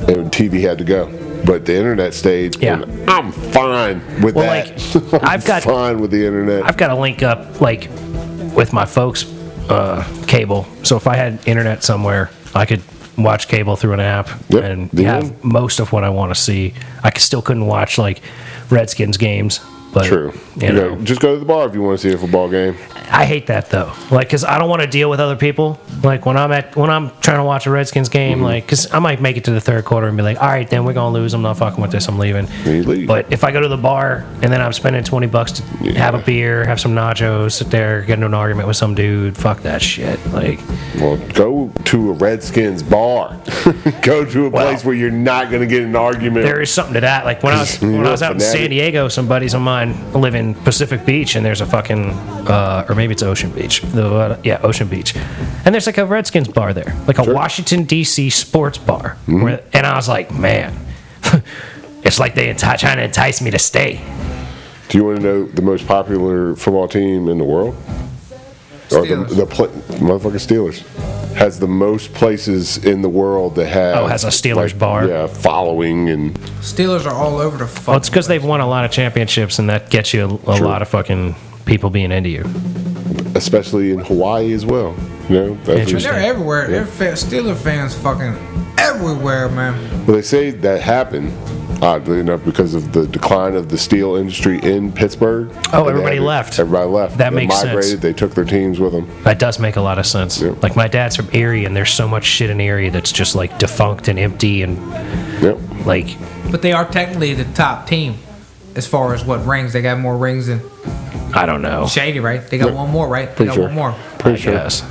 Speaker 2: and TV had to go. But the internet stayed.
Speaker 1: Yeah.
Speaker 2: and I'm fine with
Speaker 1: Well,
Speaker 2: that.
Speaker 1: like,
Speaker 2: I'm
Speaker 1: I've got-
Speaker 2: fine with the internet.
Speaker 1: I've got to link up like with my folks' uh, cable. So if I had internet somewhere, I could watch cable through an app
Speaker 2: Yep,
Speaker 1: and
Speaker 2: there you go.
Speaker 1: have most of what I want to see. I could, still couldn't watch like Redskins games, but
Speaker 2: True.
Speaker 1: You
Speaker 2: You
Speaker 1: know,
Speaker 2: know, just go to the bar if you want to see a football game.
Speaker 1: I hate that though. Like, cause I don't want to deal with other people. Like when I'm at when I'm trying to watch a Redskins game, like, cause I might make it to the third quarter and be like, all right, then we're gonna lose. I'm not fucking with this. I'm leaving.
Speaker 2: Then you leave.
Speaker 1: But if I go to the bar and then I'm spending twenty bucks to have a beer, have some nachos, sit there, get into an argument with some dude, fuck that shit. Like,
Speaker 2: Well, go to a Redskins bar. go to a
Speaker 1: Well-
Speaker 2: place where you're not gonna get an argument.
Speaker 1: there is something to that. Like when I was
Speaker 2: You're
Speaker 1: when I was
Speaker 2: a
Speaker 1: out in
Speaker 2: fanatic.
Speaker 1: San Diego, some buddies of mine live in Pacific Beach, and there's a fucking uh, or maybe it's Ocean Beach, the uh, yeah Ocean Beach, and there's like a Redskins bar there, like a Washington D.C. sports bar, where, and I was like, man, it's like they enti- trying to entice me to stay.
Speaker 2: Do you want to know the most popular football team in the world? Or the,
Speaker 3: Steelers.
Speaker 2: the pla motherfucking Steelers has the most places in the world that have
Speaker 1: Oh, has a Steelers bar?
Speaker 2: Yeah, following and
Speaker 3: Steelers are all over the
Speaker 1: Well,
Speaker 3: fuck.
Speaker 1: it's because they've won a lot of championships, and that gets you a, a lot of fucking people being into you.
Speaker 2: especially in Hawaii as well. You know, that's what-
Speaker 1: Interesting.
Speaker 3: They're everywhere. They're fa- Steeler fans fucking everywhere, man.
Speaker 2: well, they say that happened oddly enough, because of the decline of the steel industry in Pittsburgh.
Speaker 1: Oh,
Speaker 2: They
Speaker 1: everybody
Speaker 2: had it-
Speaker 1: left.
Speaker 2: Everybody left.
Speaker 1: That
Speaker 2: They
Speaker 1: makes sense.
Speaker 2: migrated, They took their teams with them.
Speaker 1: That does make a lot of sense. Like my dad's from Erie, and there's so much shit in Erie that's just like defunct and empty, and
Speaker 2: Yep.
Speaker 1: like
Speaker 3: But they are technically the top team as far as what rings. They got more rings than
Speaker 1: I don't know.
Speaker 3: Shady, right? They got one more, right? They
Speaker 2: Pretty
Speaker 3: got
Speaker 2: sure.
Speaker 3: one more.
Speaker 2: Pretty
Speaker 1: I
Speaker 2: sure.
Speaker 1: guess.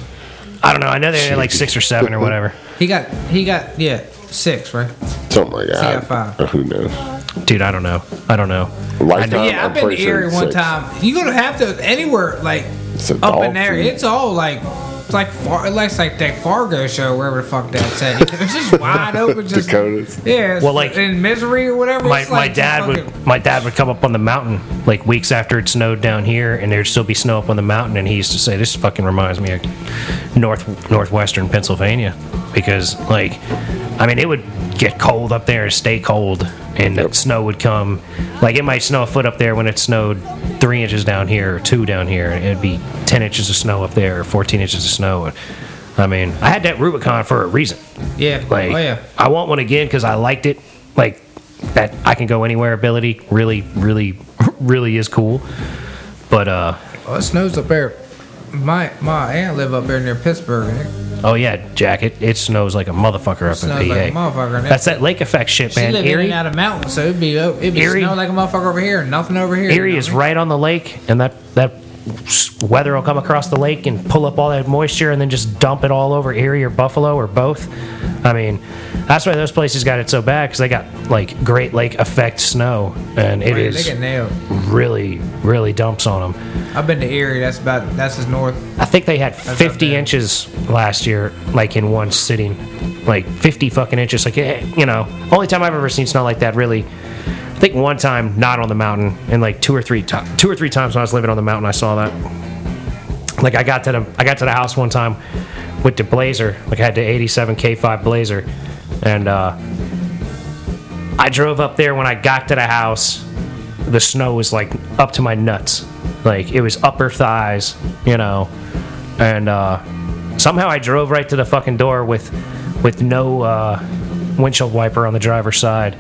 Speaker 1: I don't know. I know they're like six or seven or whatever.
Speaker 3: He got he got yeah six, right?
Speaker 2: Something like
Speaker 3: got
Speaker 2: that.
Speaker 3: five.
Speaker 2: Or Who knows?
Speaker 1: Dude, I don't know. I don't know. I
Speaker 2: Lifetime.
Speaker 1: know.
Speaker 3: Yeah,
Speaker 2: I'm
Speaker 3: I've been to
Speaker 2: pretty sure
Speaker 3: Erie
Speaker 2: it's
Speaker 3: one
Speaker 2: six.
Speaker 3: time. You're gonna have to anywhere like
Speaker 2: It's a
Speaker 3: up
Speaker 2: dog
Speaker 3: in there.
Speaker 2: food.
Speaker 3: It's all like it's like far, it looks like that Fargo show wherever the fuck that's at. It's just wide open. Just
Speaker 2: Dakotas.
Speaker 3: Yeah. it's
Speaker 1: Well, like,
Speaker 3: in misery or whatever.
Speaker 1: My,
Speaker 3: it's
Speaker 1: my
Speaker 3: like
Speaker 1: dad
Speaker 3: fucking-
Speaker 1: would my dad would come up on the mountain like weeks after it snowed down here, and there'd still be snow up on the mountain, and he used to say, "This fucking reminds me of north northwestern Pennsylvania," because like, I mean, it would get cold up there and stay cold, and the snow would come. Like it might snow a foot up there when it snowed three inches down here or two down here, and it'd be ten inches of snow up there or fourteen inches of snow. I mean, I had that Rubicon for a reason.
Speaker 3: Yeah.
Speaker 1: Like,
Speaker 3: oh yeah.
Speaker 1: I want one again because I liked it. Like that, I can go anywhere ability really, really, really is cool. But uh,
Speaker 3: Well, it snows up there. My my aunt live up there near Pittsburgh. And it
Speaker 1: oh yeah, Jack, it, it snows like a motherfucker up
Speaker 3: snows
Speaker 1: in PA.
Speaker 3: like a motherfucker. And
Speaker 1: That's that lake effect shit,
Speaker 3: She
Speaker 1: man.
Speaker 3: lived in
Speaker 1: Erie,
Speaker 3: and out of mountains, so it'd be oh, it'd be
Speaker 1: Erie-
Speaker 3: snow like a motherfucker over here, and nothing over here.
Speaker 1: Erie
Speaker 3: you know
Speaker 1: is
Speaker 3: what
Speaker 1: right on the lake, and that that s- weather will come across the lake and pull up all that moisture, and then just dump it all over Erie or Buffalo or both. I mean, that's why those places got it so bad because they got like Great Lake effect snow, and
Speaker 3: I
Speaker 1: it
Speaker 3: mean?
Speaker 1: is
Speaker 3: They get nailed.
Speaker 1: really, really dumps on them.
Speaker 3: I've been to Erie. That's about that's as north.
Speaker 1: I think they had
Speaker 3: not
Speaker 1: 50
Speaker 3: bad.
Speaker 1: inches last year, like in one sitting, like 50 fucking inches. Like, eh, you know, only time I've ever seen snow like that. Really, I think one time, not on the mountain, and like two or three times, two or three times when I was living on the mountain, I saw that. Like, I got to the, I got to the house one time with the Blazer. Like, I had the 87 K5 Blazer, and uh, I drove up there when I got to the house. The snow was like up to my nuts. Like it was upper thighs, you know. And uh, somehow I drove right to the fucking door with with no uh, windshield wiper on the driver's side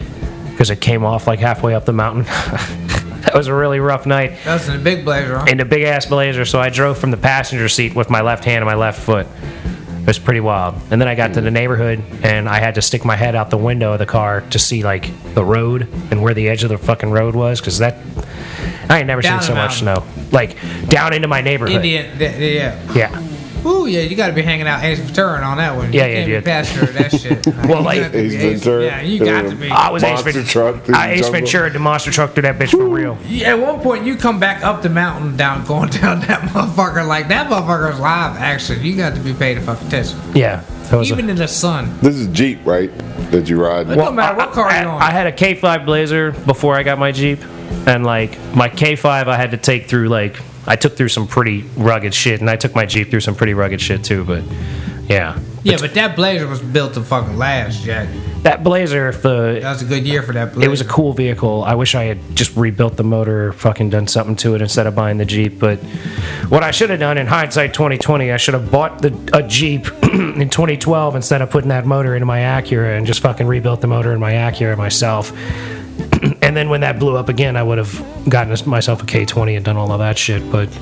Speaker 1: because it came off like halfway up the mountain. that was a really rough night
Speaker 3: That's in the big blazer. Huh?
Speaker 1: in a big ass blazer, so I drove from the passenger seat with my left hand and my left foot. It was pretty wild. And then I got to the neighborhood and I had to stick my head out the window of the car to see like the road and where the edge of the fucking road was because that I ain't never
Speaker 3: Down
Speaker 1: seen so
Speaker 3: the
Speaker 1: much snow. Like down into my neighborhood.
Speaker 3: Indian, th- th- yeah.
Speaker 1: Yeah.
Speaker 3: Ooh, yeah, you got to be hanging out Ace Ventura on that one.
Speaker 1: Yeah,
Speaker 3: you
Speaker 1: yeah,
Speaker 3: can't
Speaker 1: yeah.
Speaker 3: Be pastor that shit.
Speaker 1: Well,
Speaker 3: You
Speaker 1: like-
Speaker 3: got to be
Speaker 2: Ace Ventura.
Speaker 3: Yeah, you got to be.
Speaker 1: I was Ace
Speaker 2: Monster
Speaker 1: Ventura.
Speaker 2: truck through
Speaker 1: I
Speaker 2: the
Speaker 1: Ace
Speaker 2: jungle.
Speaker 1: Ventura the monster truck through that bitch for real.
Speaker 3: Yeah, at one point, you come back up the mountain, down, going down that motherfucker. Like that motherfucker's live action. You got to be paid a fucking attention.
Speaker 1: Yeah. That was a-
Speaker 3: Even in the sun.
Speaker 2: This is Jeep, right? That you ride.
Speaker 3: It don't matter what car
Speaker 1: I,
Speaker 3: you're on.
Speaker 1: I had a K5 Blazer before I got my Jeep, and like my K5, I had to take through like I took through some pretty rugged shit, and I took my Jeep through some pretty rugged shit too. But yeah,
Speaker 3: yeah, but that blazer was built to fucking last, Jack.
Speaker 1: that Blazer, if the
Speaker 3: That was a good year for that blazer.
Speaker 1: it was a cool vehicle. I wish I had just rebuilt the motor, fucking done something to it instead of buying the Jeep. But what I should have done in hindsight 2020, I should have bought the a Jeep in 2012 instead of putting that motor into my Acura and just fucking rebuilt the motor in my Acura myself. and then when that blew up again, I would have gotten myself a K20 and done all of that shit. But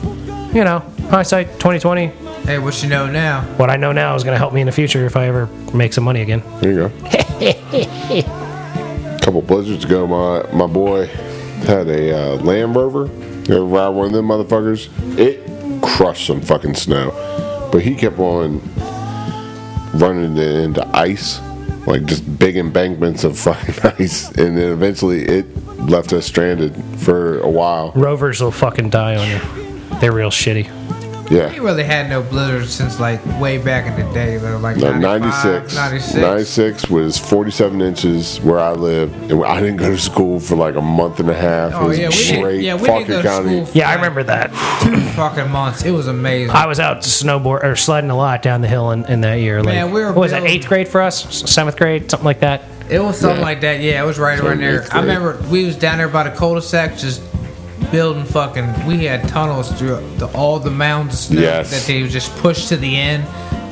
Speaker 1: you know, hindsight 2020,
Speaker 3: Hey, what you know now?
Speaker 1: what I know now is going to help me in the future if I ever make some money again.
Speaker 2: There you go. couple blizzards ago, my my boy had a uh, Land Rover. You ever ride one of them motherfuckers? It crushed some fucking snow, but he kept on running it into ice, like just big embankments of fucking ice, and then eventually it left us stranded for a while.
Speaker 1: Rovers will fucking die on you. They're real shitty.
Speaker 2: Yeah.
Speaker 3: We really had no blizzards since like way back in the day, though. Like
Speaker 2: No,
Speaker 3: 95,
Speaker 2: 96.
Speaker 3: 96.
Speaker 2: 96 was 47 inches where I lived. And I didn't go to school for like a month and a half.
Speaker 3: Oh
Speaker 2: it was
Speaker 3: yeah, we
Speaker 2: great.
Speaker 3: did, yeah, we
Speaker 2: Fauquier
Speaker 3: did go to
Speaker 2: County.
Speaker 3: school. For
Speaker 1: Yeah, I
Speaker 3: like
Speaker 1: remember that.
Speaker 3: Two fucking months. It was amazing.
Speaker 1: I was out snowboard or sliding a lot down the hill in, in that year. Like,
Speaker 3: Man, we were
Speaker 1: what was that
Speaker 3: building-
Speaker 1: eighth grade for us? S- Seventh grade, something like that.
Speaker 3: It was something like that. Yeah, it was right around there.
Speaker 2: eighth
Speaker 3: I
Speaker 2: grade.
Speaker 3: remember we was down there by the cul-de-sac, just building fucking. We had tunnels through the, all the mounds of snow
Speaker 2: Yes.
Speaker 3: that they would just push to the end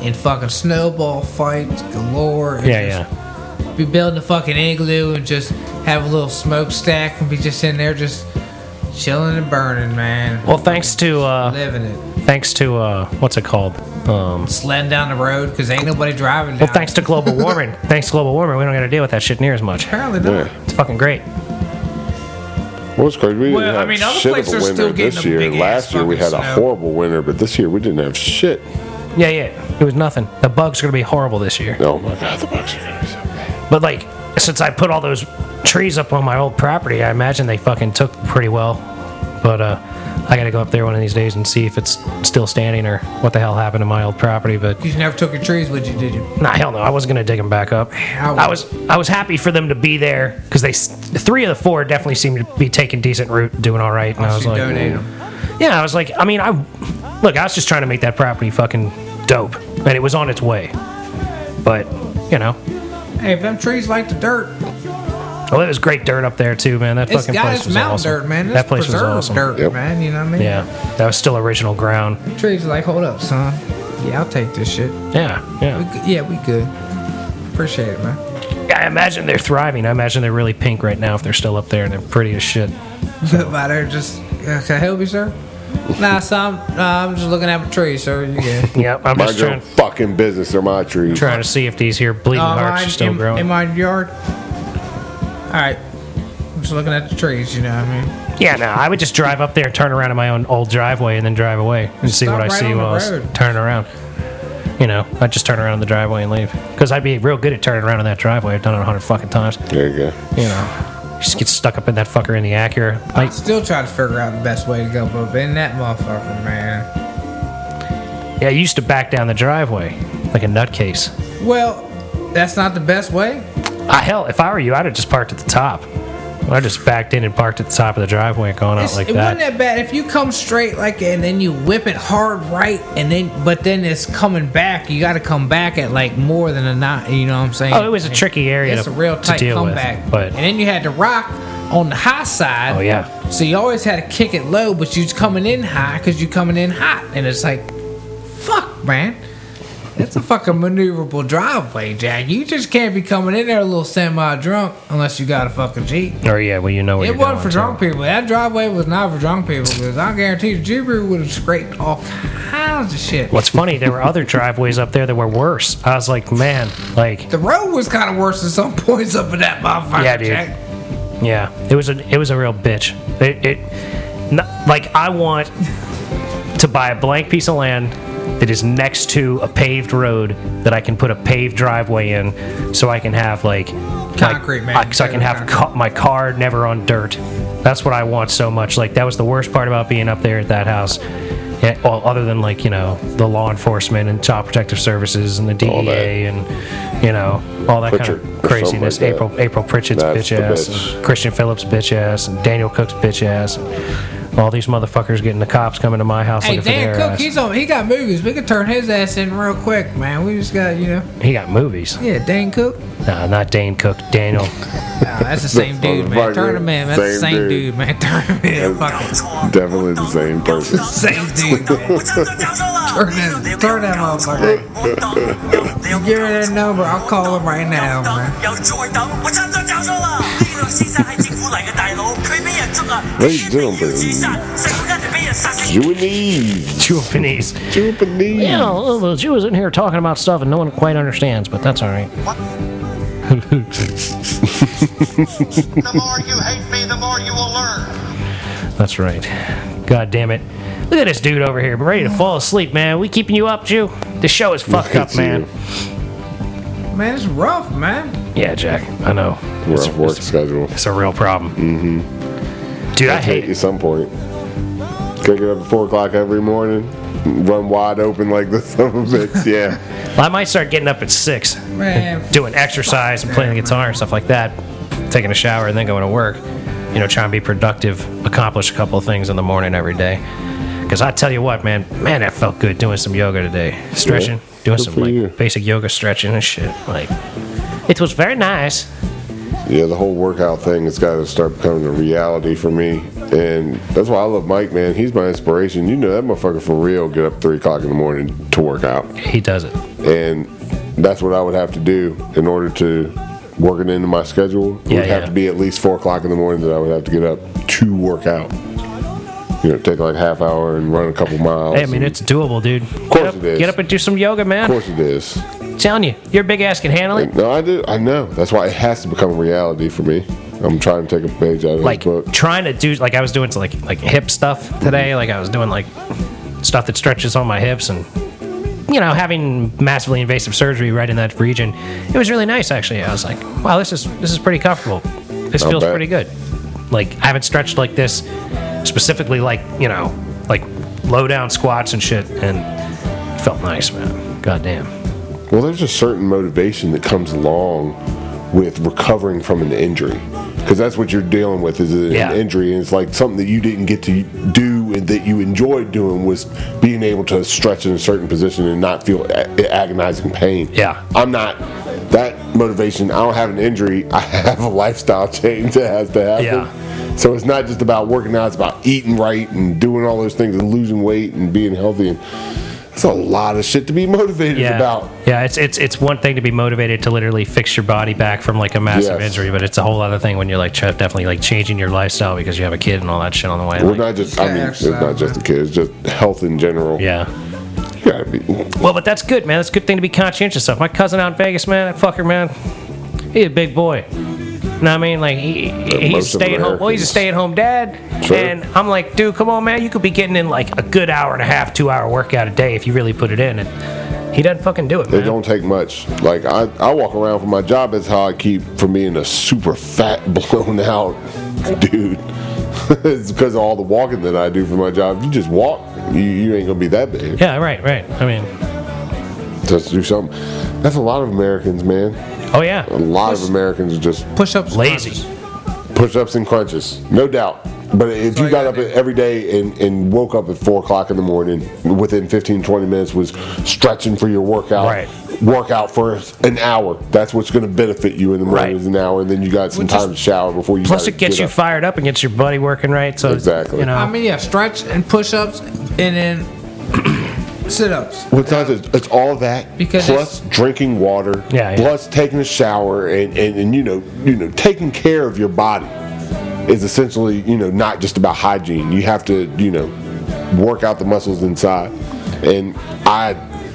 Speaker 3: and fucking snowball fights galore. It
Speaker 1: Yeah,
Speaker 3: just- be building a fucking igloo and just have a little smokestack and be just in there just chilling and burning, man.
Speaker 1: Well, thanks to uh,
Speaker 3: Living it.
Speaker 1: thanks to uh, what's it called? Um,
Speaker 3: Sledding down the road because ain't nobody driving now.
Speaker 1: well, thanks to global warming. thanks to global warming, we don't got to deal with that shit near as much.
Speaker 3: Apparently not.
Speaker 2: Yeah.
Speaker 1: It's fucking great.
Speaker 2: Well, it's crazy. We didn't
Speaker 3: Well, I
Speaker 2: have
Speaker 3: mean, other
Speaker 2: shit of
Speaker 3: places
Speaker 2: a
Speaker 3: are still
Speaker 2: winter
Speaker 3: getting
Speaker 2: this
Speaker 3: a
Speaker 2: year.
Speaker 3: big-ass
Speaker 2: Last year we had
Speaker 3: fucking
Speaker 2: a
Speaker 3: snow.
Speaker 2: horrible winter, but this year we didn't have shit.
Speaker 1: Yeah, yeah. It was nothing. The bugs are gonna be horrible this year.
Speaker 2: Oh my god, the bugs are gonna be so bad.
Speaker 1: But like, since I put all those trees up on my old property, I imagine they fucking took pretty well. But uh, I gotta go up there one of these days and see if it's still standing or what the hell happened to my old property. But
Speaker 3: You never took your trees with you, did you?
Speaker 1: Nah, hell no. I wasn't gonna dig them back up.
Speaker 3: I
Speaker 1: I was I was happy for them to be there because they s- three of the four definitely seemed to be taking decent route, doing all right. And I was
Speaker 3: you
Speaker 1: like,
Speaker 3: donate 'em.
Speaker 1: yeah, I was like, I mean, I look, I was just trying to make that property fucking dope, and it was on its way. But you know,
Speaker 3: Hey, if them trees like the dirt,
Speaker 1: well, it was great dirt up there too, man. That
Speaker 3: it's
Speaker 1: fucking
Speaker 3: got
Speaker 1: place
Speaker 3: its
Speaker 1: was
Speaker 3: mountain
Speaker 1: awesome.
Speaker 3: dirt, man. It's
Speaker 1: that place was
Speaker 3: preserved
Speaker 1: awesome.
Speaker 3: dirt,
Speaker 2: Yep.
Speaker 3: man. You know what I mean?
Speaker 1: Yeah, that was still original ground.
Speaker 3: Trees like, hold up, son. Yeah, I'll take this shit.
Speaker 1: Yeah,
Speaker 3: We
Speaker 1: yeah.
Speaker 3: good. Yeah, we good. Appreciate it, man.
Speaker 1: I imagine they're thriving. I imagine they're really pink right now if they're still up there and they're pretty as shit.
Speaker 3: But by there, just uh, can I help you, sir? Nah, so I'm, nah, I'm just looking at the trees, sir. You good?
Speaker 1: Yep, I'm
Speaker 2: Mind
Speaker 1: just
Speaker 2: your
Speaker 1: trying.
Speaker 2: own fucking business. They're my trees.
Speaker 1: trying to see if these here bleeding
Speaker 3: Uh,
Speaker 1: hearts are
Speaker 3: mine-
Speaker 1: still
Speaker 3: in,
Speaker 1: growing.
Speaker 3: in my yard. All right. I'm just looking at the trees. You know what I mean?
Speaker 1: yeah, no, I would just drive up there and turn around in my own old driveway and then drive away and see
Speaker 3: stop
Speaker 1: what I
Speaker 3: right
Speaker 1: see
Speaker 3: on the
Speaker 1: while I was
Speaker 3: road.
Speaker 1: turning around. You know, I'd just turn around in the driveway and leave because I'd be real good at turning around in that driveway. I've done it a hundred fucking times.
Speaker 2: There you go.
Speaker 1: You know, just get stuck up in that fucker in the Acura. Like,
Speaker 3: Still trying to figure out the best way to go up in that motherfucker, man.
Speaker 1: yeah, I used to back down the driveway like a nutcase.
Speaker 3: Well, that's not the best way.
Speaker 1: Ah, hell, if I were you, I'd have just parked at the top. I just backed in and parked at the top of the driveway, and gone out
Speaker 3: It's-
Speaker 1: like
Speaker 3: it
Speaker 1: that.
Speaker 3: wasn't that bad. If you come straight like and then you whip it hard right and then but then it's coming back, you gotta come back at like more than a nine you know what I'm saying?
Speaker 1: Oh, it was a tricky area
Speaker 3: It's
Speaker 1: to-
Speaker 3: a real
Speaker 1: to
Speaker 3: tight
Speaker 1: deal with,
Speaker 3: comeback.
Speaker 1: but-
Speaker 3: and then you had to rock on the high side.
Speaker 1: Oh, yeah.
Speaker 3: So you always had to kick it low, but you was coming in high because you coming in hot and it's like fuck man. It's a fucking maneuverable driveway, Jack. You just can't be coming in there a little semi drunk unless you got a fucking Jeep.
Speaker 1: or yeah, well, you know what you're
Speaker 3: It wasn't for
Speaker 1: doing,
Speaker 3: drunk
Speaker 1: too.
Speaker 3: people. That driveway was not for drunk people because I guarantee the Jubilee would have scraped all kinds of shit.
Speaker 1: What's funny, there were other driveways up there that were worse. I was like, man, like,
Speaker 3: The road was kind of worse at some points up in that motherfucker.
Speaker 1: Yeah, dude.
Speaker 3: Jack.
Speaker 1: yeah, it was a it was a real bitch. It, it not, like I want to buy a blank piece of land that is next to a paved road that I can put a paved driveway in, so I can have like my-
Speaker 3: Concrete, man.
Speaker 1: I- so I can have ca- my car never on dirt. That's what I want so much. Like that was the worst part about being up there at that house. Yeah, well, other than like you know the law enforcement and child protective services and the
Speaker 2: All that.
Speaker 1: DEA and you know all that
Speaker 2: Pritchard
Speaker 1: kind
Speaker 2: or
Speaker 1: of
Speaker 2: something
Speaker 1: craziness.
Speaker 2: like that.
Speaker 1: April April Pritchard's
Speaker 2: That's
Speaker 1: bitch
Speaker 2: the
Speaker 1: ass,
Speaker 2: bitch.
Speaker 1: and Christian Phillips bitch ass, and Daniel Cook's bitch ass, and all these motherfuckers getting the cops coming to my house
Speaker 3: Hey,
Speaker 1: looking for
Speaker 3: Dan
Speaker 1: their
Speaker 3: Cook,
Speaker 1: ass.
Speaker 3: he's on. He got movies. We could turn his ass in real quick, man. We just got you know.
Speaker 1: He got movies.
Speaker 3: Yeah, Dan Cook.
Speaker 1: Nah, not Dane Cook. Daniel.
Speaker 3: Nah, that's the same dude, man. Turn him in. That's the
Speaker 2: Same
Speaker 3: same
Speaker 2: dude.
Speaker 3: dude, man. Turn him in. Fuck it.
Speaker 2: Definitely the same person.
Speaker 3: Same dude.
Speaker 5: Turn
Speaker 3: that- turn that motherfucker.
Speaker 5: You
Speaker 3: Give me that number. I'll call him right now, man.
Speaker 2: Ladies and Juvenese.
Speaker 1: Japanese.
Speaker 2: Juvenese.
Speaker 1: Yeah, well, the Jew is in here talking about stuff and no one quite understands, but that's all right.
Speaker 6: The more you hate me, the more you will learn.
Speaker 1: That's right. God damn it. Look at this dude over here, ready to fall asleep, man. We keeping you up, Jew? This show is fucked
Speaker 2: Look
Speaker 1: up,
Speaker 2: at
Speaker 1: man.
Speaker 2: you.
Speaker 3: Man, it's rough, man.
Speaker 1: Yeah, Jack. I know.
Speaker 2: We're
Speaker 1: It's,
Speaker 2: off work
Speaker 1: it's,
Speaker 2: schedule.
Speaker 1: it's a real problem. Mm-hmm.
Speaker 2: Mm-hmm.
Speaker 1: Dude, I hate
Speaker 2: At
Speaker 1: it.
Speaker 2: some point. Kick it up at 4 o'clock every morning. Run wide open like this son of a bitch. Yeah.
Speaker 1: I might start getting up at six,
Speaker 3: Man,
Speaker 1: doing exercise and playing the guitar and stuff like that, taking a shower and then going to work. You know, trying to be productive, accomplish a couple of things in the morning every day. Because I tell you what, man, man, that felt good doing some yoga today, stretching,
Speaker 2: Yeah.
Speaker 1: doing
Speaker 2: Good
Speaker 1: some
Speaker 2: for
Speaker 1: like
Speaker 2: you.
Speaker 1: basic yoga stretching and shit. Like, it was very nice.
Speaker 2: Yeah, the whole workout thing has got to start becoming a reality for me. And that's why I love Mike, man. He's my inspiration. You know that motherfucker for real get up 3 o'clock in the morning to work out.
Speaker 1: He does it.
Speaker 2: and that's what I would have to do in order to working into my schedule, it
Speaker 1: Yeah,
Speaker 2: would have
Speaker 1: yeah.
Speaker 2: to be at least four o'clock in the morning that I would have to get up to work out. You know, take like half hour and run a couple miles.
Speaker 1: Hey, I mean,
Speaker 2: and-
Speaker 1: it's doable, dude. Of
Speaker 2: course it is.
Speaker 1: Get up and do some yoga,
Speaker 2: of
Speaker 1: man.
Speaker 2: course it is.
Speaker 1: telling you, your big ass can handle it.
Speaker 2: No, I do. I know. That's why it has to become a reality for me. I'm trying to take a page out of
Speaker 1: Like
Speaker 2: this book.
Speaker 1: trying to do, like I was doing some, like like hip stuff today. Like I was doing like stuff that stretches on my hips, and you know, having massively invasive surgery right in that region, it was really nice. Actually, I was like, wow, this is this is pretty comfortable. This
Speaker 2: Not
Speaker 1: feels
Speaker 2: bad.
Speaker 1: pretty good. Like I haven't stretched like this specifically, like you know, like low down squats and shit, and it felt nice, man. Goddamn.
Speaker 2: Well, there's a certain motivation that comes along with recovering from an injury. Because that's what you're dealing with is an
Speaker 1: Yeah.
Speaker 2: injury, and it's like something that you didn't get to do and that you enjoyed doing was being able to stretch in a certain position and not feel a- agonizing pain.
Speaker 1: Yeah.
Speaker 2: I'm not that motivation. I don't have an injury. I have a lifestyle change that has to happen.
Speaker 1: Yeah.
Speaker 2: So it's not just about working out. It's about eating right and doing all those things and losing weight and being healthy. And that's a lot of shit to be motivated
Speaker 1: yeah.
Speaker 2: about.
Speaker 1: Yeah, it's it's it's one thing to be motivated to literally fix your body back from like a massive
Speaker 2: Yes.
Speaker 1: injury, but it's a whole other thing when you're like ch- definitely like changing your lifestyle because you have a kid and all that shit on the way.
Speaker 2: Well,
Speaker 1: like-
Speaker 2: not just. I
Speaker 3: Yeah,
Speaker 2: mean, it's not
Speaker 3: exercise,
Speaker 2: just the kids. Just health in general.
Speaker 1: yeah.
Speaker 2: You gotta be.
Speaker 1: Well, but that's good, man. That's a good thing to be conscientious of. My cousin out in Vegas, man, that fucker, man, he's a big boy. Know what I mean? Like he, he- he's
Speaker 2: most
Speaker 1: stay at home. Well, he's a
Speaker 2: Americans.
Speaker 1: stay at home dad,
Speaker 2: Sure.
Speaker 1: and I'm like, dude, come on, man, you could be getting in like a good hour and a half, two hour workout a day if you really put it in, and he doesn't fucking do it, man.
Speaker 2: It don't take much. Like I, I walk around for my job. That's how I keep from being a super fat, blown out dude. it's because of all the walking that I do for my job. You just walk. You, you ain't gonna be that big.
Speaker 1: yeah, right, right. I mean,
Speaker 2: Just do something. That's a lot of Americans, man.
Speaker 1: oh yeah,
Speaker 2: A lot of Americans are just
Speaker 3: Push ups.
Speaker 1: lazy.
Speaker 2: push-ups and crunches, no doubt. But if
Speaker 3: all
Speaker 2: you
Speaker 3: you
Speaker 2: got
Speaker 3: gotta
Speaker 2: up every day and, and woke up at four o'clock in the morning, within 15, 20 minutes was stretching for your workout,
Speaker 1: Right.
Speaker 2: workout for an hour. That's what's going to benefit you in the morning
Speaker 1: Right.
Speaker 2: is an hour, and then you got some
Speaker 1: Which is-
Speaker 2: time to shower before you.
Speaker 1: Plus,
Speaker 2: gotta
Speaker 1: it gets
Speaker 2: get
Speaker 1: you
Speaker 2: up.
Speaker 1: fired up and gets your body working right. So
Speaker 2: Exactly.
Speaker 1: You know,
Speaker 3: I mean, yeah, stretch and push ups and then sit ups.
Speaker 2: Well, it's, not just- it's all that
Speaker 3: Because
Speaker 2: plus drinking water,
Speaker 1: Yeah, yeah.
Speaker 2: plus taking a shower, and, and, and you know you know taking care of your body is essentially you know not just about hygiene. You have to you know work out the muscles inside, and I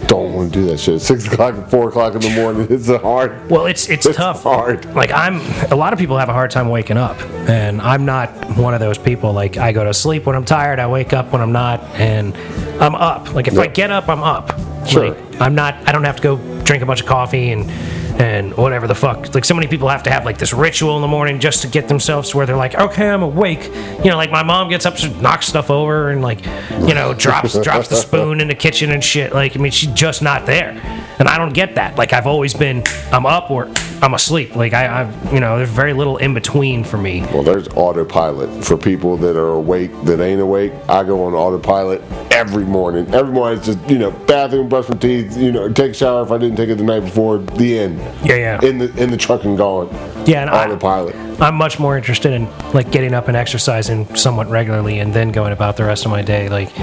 Speaker 2: don't want to do that shit. Six o'clock and four o'clock in the morning is a hard.
Speaker 1: well, it's it's,
Speaker 2: It's
Speaker 1: tough.
Speaker 2: hard.
Speaker 1: Like I'm, a lot of people have a hard time waking up, and I'm not one of those people. Like I go to sleep when I'm tired, I wake up when I'm not, and I'm up. Like if I
Speaker 2: Yeah.
Speaker 1: get up, I'm up.
Speaker 2: Sure.
Speaker 1: Like, I'm not. I don't have to go drink a bunch of coffee and and whatever the fuck. Like so many people have to have like this ritual in the morning just to get themselves to where they're like, okay, I'm awake. You know, like my mom gets up, she knocks stuff over, and like you know drops drops the spoon in the kitchen and shit. Like I mean, she's just not there, and I don't get that. Like I've always been, I'm up or I'm asleep. Like I, I you know, there's very little in between for me.
Speaker 2: Well, there's autopilot for people that are awake that ain't awake. I go on autopilot every morning. Every morning, it's just you know, bathroom, brush my teeth, you know, take a shower if I didn't take it the night before. The end.
Speaker 1: Yeah, yeah.
Speaker 2: In the in the truck and gone.
Speaker 1: Yeah, and I-
Speaker 2: autopilot.
Speaker 1: I'm much more interested in like getting up and exercising somewhat regularly and then going about the rest of my day like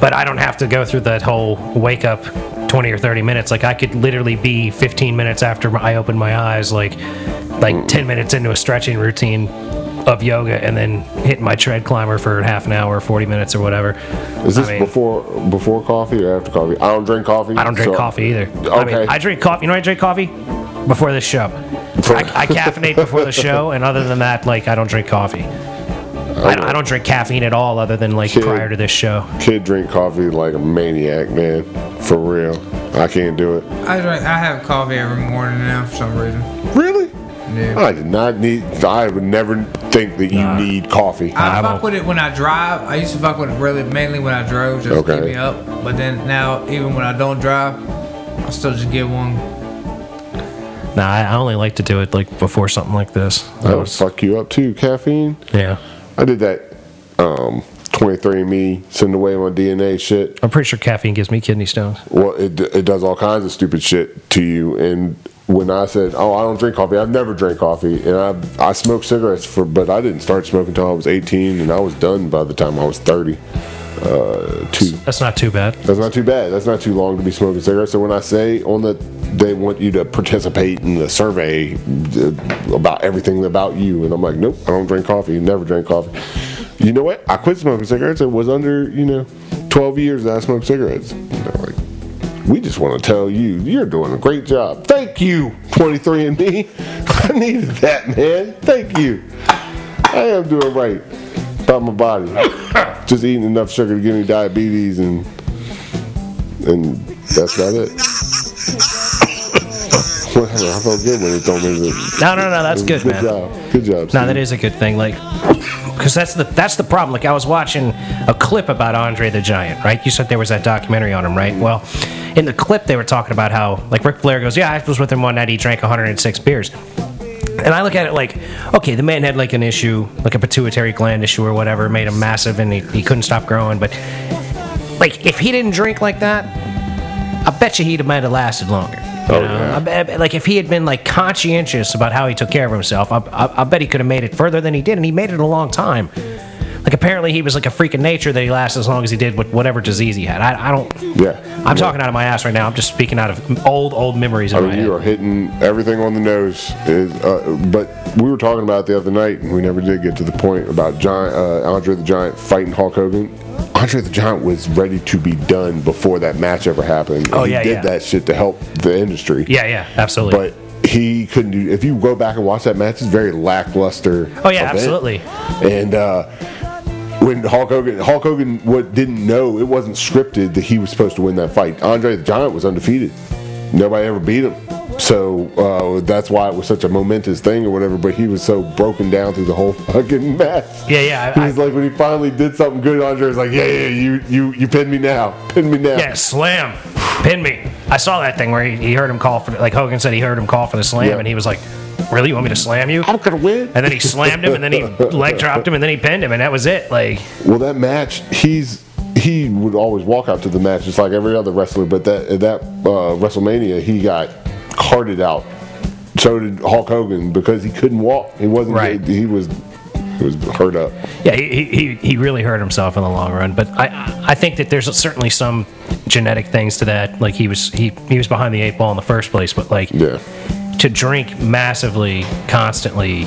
Speaker 1: but I don't have to go through that whole wake up 20 or 30 minutes like I could literally be 15 minutes after my- I open my eyes like
Speaker 2: Mm.
Speaker 1: like 10 minutes into a stretching routine of yoga and then hitting my tread climber for half an hour 40 minutes or whatever
Speaker 2: Is this
Speaker 1: I mean-
Speaker 2: before before coffee or after coffee? I don't drink coffee.
Speaker 1: I don't drink coffee either. I mean,
Speaker 2: okay.
Speaker 1: I drink coffee. You know, I drink coffee before this show. I, I caffeinate before the show, and other than that, like I don't drink coffee. I, don't, I don't drink caffeine at all, other than like
Speaker 2: Kid.
Speaker 1: prior to this show.
Speaker 2: Kid drink coffee like a maniac, man. For real, I can't do it.
Speaker 3: I, drink, I have coffee every morning now for some reason.
Speaker 2: Really?
Speaker 3: Yeah.
Speaker 2: I did not need. I would never think that you need coffee.
Speaker 3: I
Speaker 1: I
Speaker 3: fuck
Speaker 1: won't-
Speaker 3: with it when I drive. I used to fuck with it really mainly when I drove, just to
Speaker 2: Okay.
Speaker 3: keep me up. But then now, even when I don't drive, I still just get one.
Speaker 1: Nah, I, I only like to do it like before something like this.
Speaker 2: That would Oh, fuck you up too. Caffeine.
Speaker 1: Yeah,
Speaker 2: I did that um 23andMe, send away my DNA shit.
Speaker 1: I'm pretty sure caffeine gives me kidney stones.
Speaker 2: Well, it, it does all kinds of stupid shit to you. And when I said, oh, I don't drink coffee, I've never drank coffee. And I, I smoked cigarettes, for, but I didn't start smoking until I was 18, and I was done by the time I was 30. uh, two.
Speaker 7: That's not too bad.
Speaker 2: That's not too bad. That's not too long to be smoking cigarettes. So when I say on the, they want you to participate in the survey uh, about everything about you, and I'm like, nope, I don't drink coffee. Never drink coffee. You know what? I quit smoking cigarettes. It was under you know, 12 years that I smoked cigarettes. And they're like, we just want to tell you, you're doing a great job. Thank you, 23 and me. I needed that, man. Thank you. I am doing right about my body. Just eating enough sugar to give me diabetes and and that's about it. Whatever, I felt good when they told me that.
Speaker 1: No, no, no, that's good,
Speaker 2: Good
Speaker 1: man.
Speaker 2: job. Good job.
Speaker 1: No, that is a good thing. Like, because that's the that's the problem. Like, I was watching a clip about Andre the Giant, right? You said there was that documentary on him, right? Well, in the clip, they were talking about how, like, Ric Flair goes, "Yeah, I was with him one night. He drank 106 beers." And I look at it like, okay, the man had like an issue, like a pituitary gland issue or whatever, made him massive, and he, he couldn't stop growing. But like, if he didn't drink like that, I bet you he'd have might have lasted longer. You
Speaker 2: Oh,
Speaker 1: know?
Speaker 2: yeah.
Speaker 1: I bet- I bet- like if he had been like conscientious about how he took care of himself, I, I, I bet he could have made it further than he did, and he made it a long time. Like apparently he was like a freak of nature that he lasted as long as he did with whatever disease he had. I, I don't.
Speaker 2: Yeah.
Speaker 1: I'm talking out of my ass right now. I'm just speaking out of old old memories. In
Speaker 2: I
Speaker 1: my
Speaker 2: mean,
Speaker 1: head.
Speaker 2: you are hitting everything on the nose. Is, uh, but we were talking about it the other night, and we never did get to the point about Giant, uh, Andre the Giant fighting Hulk Hogan. Andre the Giant was ready to be done before that match ever happened.
Speaker 1: Oh,
Speaker 2: he
Speaker 1: yeah,
Speaker 2: did
Speaker 1: yeah.
Speaker 2: that shit to help the industry.
Speaker 1: yeah, yeah, absolutely.
Speaker 2: But he couldn't do. If you go back and watch that match, it's very lackluster.
Speaker 1: Oh, yeah, absolutely.
Speaker 2: And uh, when Hulk Hogan, Hulk Hogan, what didn't know, it wasn't scripted that he was supposed to win that fight. Andre the Giant was undefeated. Nobody ever beat him. So uh, that's why it was such a momentous thing or whatever. But he was so broken down through the whole fucking match.
Speaker 1: Yeah, yeah,
Speaker 2: He
Speaker 1: I-
Speaker 2: was like when he finally did something good. Andre was like, yeah, yeah, you, you, you pin me now, pin me now.
Speaker 1: Yeah, slam. Pin me. I saw that thing where he, he heard him call for, like Hogan said, he heard him call for the slam,
Speaker 2: Yeah.
Speaker 1: and he was like, Really? You want me to slam you?
Speaker 2: I'm gonna win.
Speaker 1: And then he slammed him, and then he leg dropped him, and then he pinned him, and that was it. Like,
Speaker 2: Well, that match, he's he would always walk out to the match just like every other wrestler. But that at that uh, WrestleMania, he got carted out. So did Hulk Hogan because he couldn't walk. He wasn't.
Speaker 1: Right.
Speaker 2: He, was he was hurt up.
Speaker 1: yeah, he, he, he really hurt himself in the long run. But I, I think that there's certainly some genetic things to that. Like, he was, he, he was behind the eight ball in the first place, but like,
Speaker 2: Yeah.
Speaker 1: to drink massively, constantly,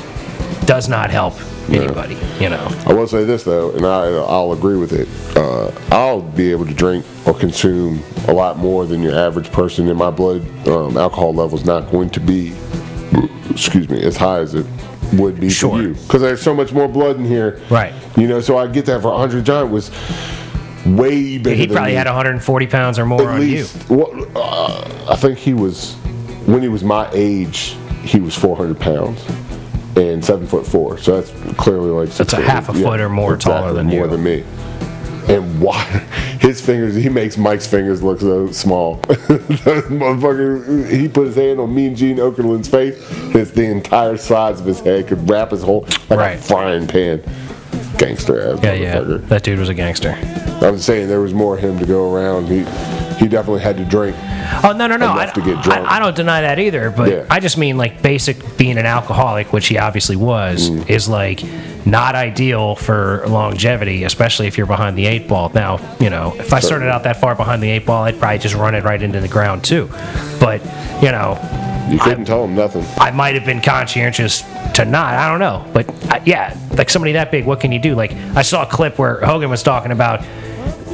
Speaker 1: does not help anybody, you know?
Speaker 2: I will say this though, and I, I'll agree with it. Uh, I'll be able to drink or consume a lot more than your average person in my blood. Um, alcohol level's not going to be, excuse me, as high as it would be
Speaker 1: Sure.
Speaker 2: for you because there's so much more blood in here.
Speaker 1: Right.
Speaker 2: You know, so I get that for Andre Giant was way bigger.
Speaker 1: He
Speaker 2: than
Speaker 1: probably
Speaker 2: me.
Speaker 1: had 140 pounds or more
Speaker 2: At
Speaker 1: on
Speaker 2: least,
Speaker 1: you.
Speaker 2: Well, uh, I think he was when he was my age. He was 400 pounds and seven foot four. So that's clearly like six
Speaker 1: That's a
Speaker 2: foot-
Speaker 1: half a foot or more taller than
Speaker 2: more
Speaker 1: you.
Speaker 2: than me. And why his fingers? He makes Mike's fingers look so small. Those motherfucker, he put his hand on Mean Gene Okerlund's face. That's the entire size of his head could wrap his whole like a
Speaker 1: Right.
Speaker 2: frying pan. Gangster ass
Speaker 1: Yeah, yeah.
Speaker 2: motherfucker.
Speaker 1: That dude was a gangster.
Speaker 2: I'm just saying there was more of him to go around. He he definitely had to drink.
Speaker 1: Oh no no no! I,
Speaker 2: Enough to get drunk.
Speaker 1: I, I don't deny that either, but
Speaker 2: Yeah.
Speaker 1: I just mean like basic being an alcoholic, which he obviously was,
Speaker 2: Mm.
Speaker 1: is like not ideal for longevity, especially if you're behind the eight ball. Now you know if I started
Speaker 2: Certainly.
Speaker 1: out that far behind the eight ball, I'd probably just run it right into the ground too. But you know,
Speaker 2: You couldn't tell him nothing.
Speaker 1: I might have been conscientious to not. I don't know, but I, yeah, like somebody that big, what can you do? Like I saw a clip where Hogan was talking about,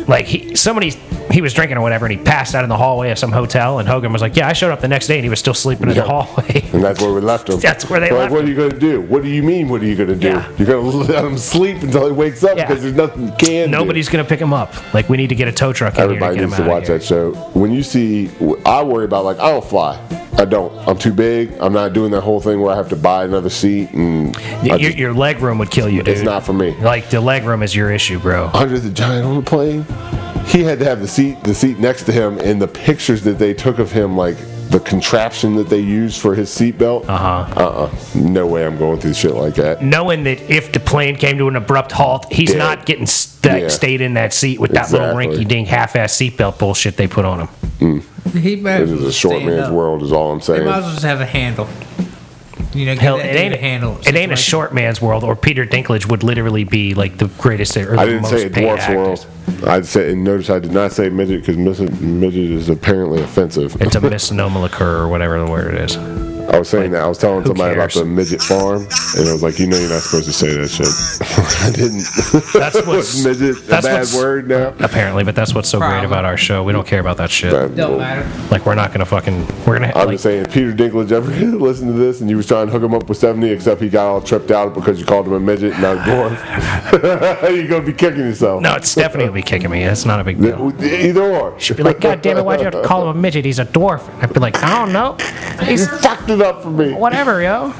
Speaker 1: like he somebody he was drinking or whatever, and he passed out in the hallway of some hotel, and Hogan was like, "Yeah, I showed up the next day, and he was still sleeping in the
Speaker 2: Yeah.
Speaker 1: hallway."
Speaker 2: And that's where we left him.
Speaker 1: That's where they
Speaker 2: We're like,
Speaker 1: left
Speaker 2: What
Speaker 1: him.
Speaker 2: are you going to do? What do you mean? What are you going to do?
Speaker 1: Yeah.
Speaker 2: You're going to let him sleep until he wakes up
Speaker 1: Yeah.
Speaker 2: because there's nothing you can. do.
Speaker 1: Nobody's gonna pick him up. Like we need to get a tow truck in
Speaker 2: Everybody
Speaker 1: here to get
Speaker 2: needs to
Speaker 1: him out. of
Speaker 2: watch
Speaker 1: here.
Speaker 2: that show. When you see, I worry about like I don't fly. I don't. I'm too big. I'm not doing that whole thing where I have to buy another seat and I
Speaker 1: Y- Your,
Speaker 2: just-
Speaker 1: your leg room would kill you, dude.
Speaker 2: it's not for me.
Speaker 1: Like the leg room is your issue, bro.
Speaker 2: Andre the Giant on the plane. He had to have the seat the seat next to him and the pictures that they took of him, like the contraption that they used for his seatbelt.
Speaker 1: Uh-huh.
Speaker 2: Uh uh. No way I'm going through shit like that.
Speaker 1: knowing that if the plane came to an abrupt halt, he's
Speaker 2: Yeah.
Speaker 1: not getting st-
Speaker 2: Yeah.
Speaker 1: stayed in that seat with that
Speaker 2: Exactly.
Speaker 1: little rinky dink half ass seatbelt bullshit they put on him.
Speaker 3: He might
Speaker 2: This
Speaker 3: as
Speaker 2: is
Speaker 3: well
Speaker 2: a short
Speaker 3: stand
Speaker 2: man's
Speaker 3: up.
Speaker 2: world is all I'm
Speaker 3: They
Speaker 2: saying.
Speaker 3: might as well just have a handle. You know, get
Speaker 1: Hell,
Speaker 3: that
Speaker 1: it
Speaker 3: dude
Speaker 1: ain't
Speaker 3: to handle.
Speaker 1: It ain't a
Speaker 3: situation.
Speaker 1: short man's world, or Peter Dinklage would literally be like the greatest. Or the
Speaker 2: I didn't
Speaker 1: most
Speaker 2: say a
Speaker 1: paid
Speaker 2: dwarf's
Speaker 1: actor.
Speaker 2: world. I said, and notice I did not say midget because midget is apparently offensive.
Speaker 1: It's a misnomer occur or whatever the word it is.
Speaker 2: I was saying that. I was telling
Speaker 1: who
Speaker 2: somebody
Speaker 1: cares?
Speaker 2: about the midget farm, and I was like, you know, you're not supposed to say that shit. I didn't.
Speaker 1: That's what's
Speaker 2: Was midget
Speaker 1: that's
Speaker 2: a bad
Speaker 1: what's-
Speaker 2: word now?
Speaker 1: apparently, but that's what's so great
Speaker 3: Probably.
Speaker 1: about our show. We don't care about that shit.
Speaker 3: Don't matter.
Speaker 1: Like we're not gonna fucking we're gonna
Speaker 2: I'm
Speaker 1: like,
Speaker 2: just saying, if Peter Dinklage ever listened to this and you was trying to hook him up with 70, except he got all tripped out because you called him a midget, not a dwarf. You're gonna be kicking yourself.
Speaker 1: no, it's Stephanie will be kicking me. That's not a big deal.
Speaker 2: Either or.
Speaker 1: She'd be like, God damn it, why'd you have to call him a midget? He's a dwarf. And I'd be like, I don't know. He's
Speaker 2: Fucked it up for me.
Speaker 1: whatever, yo.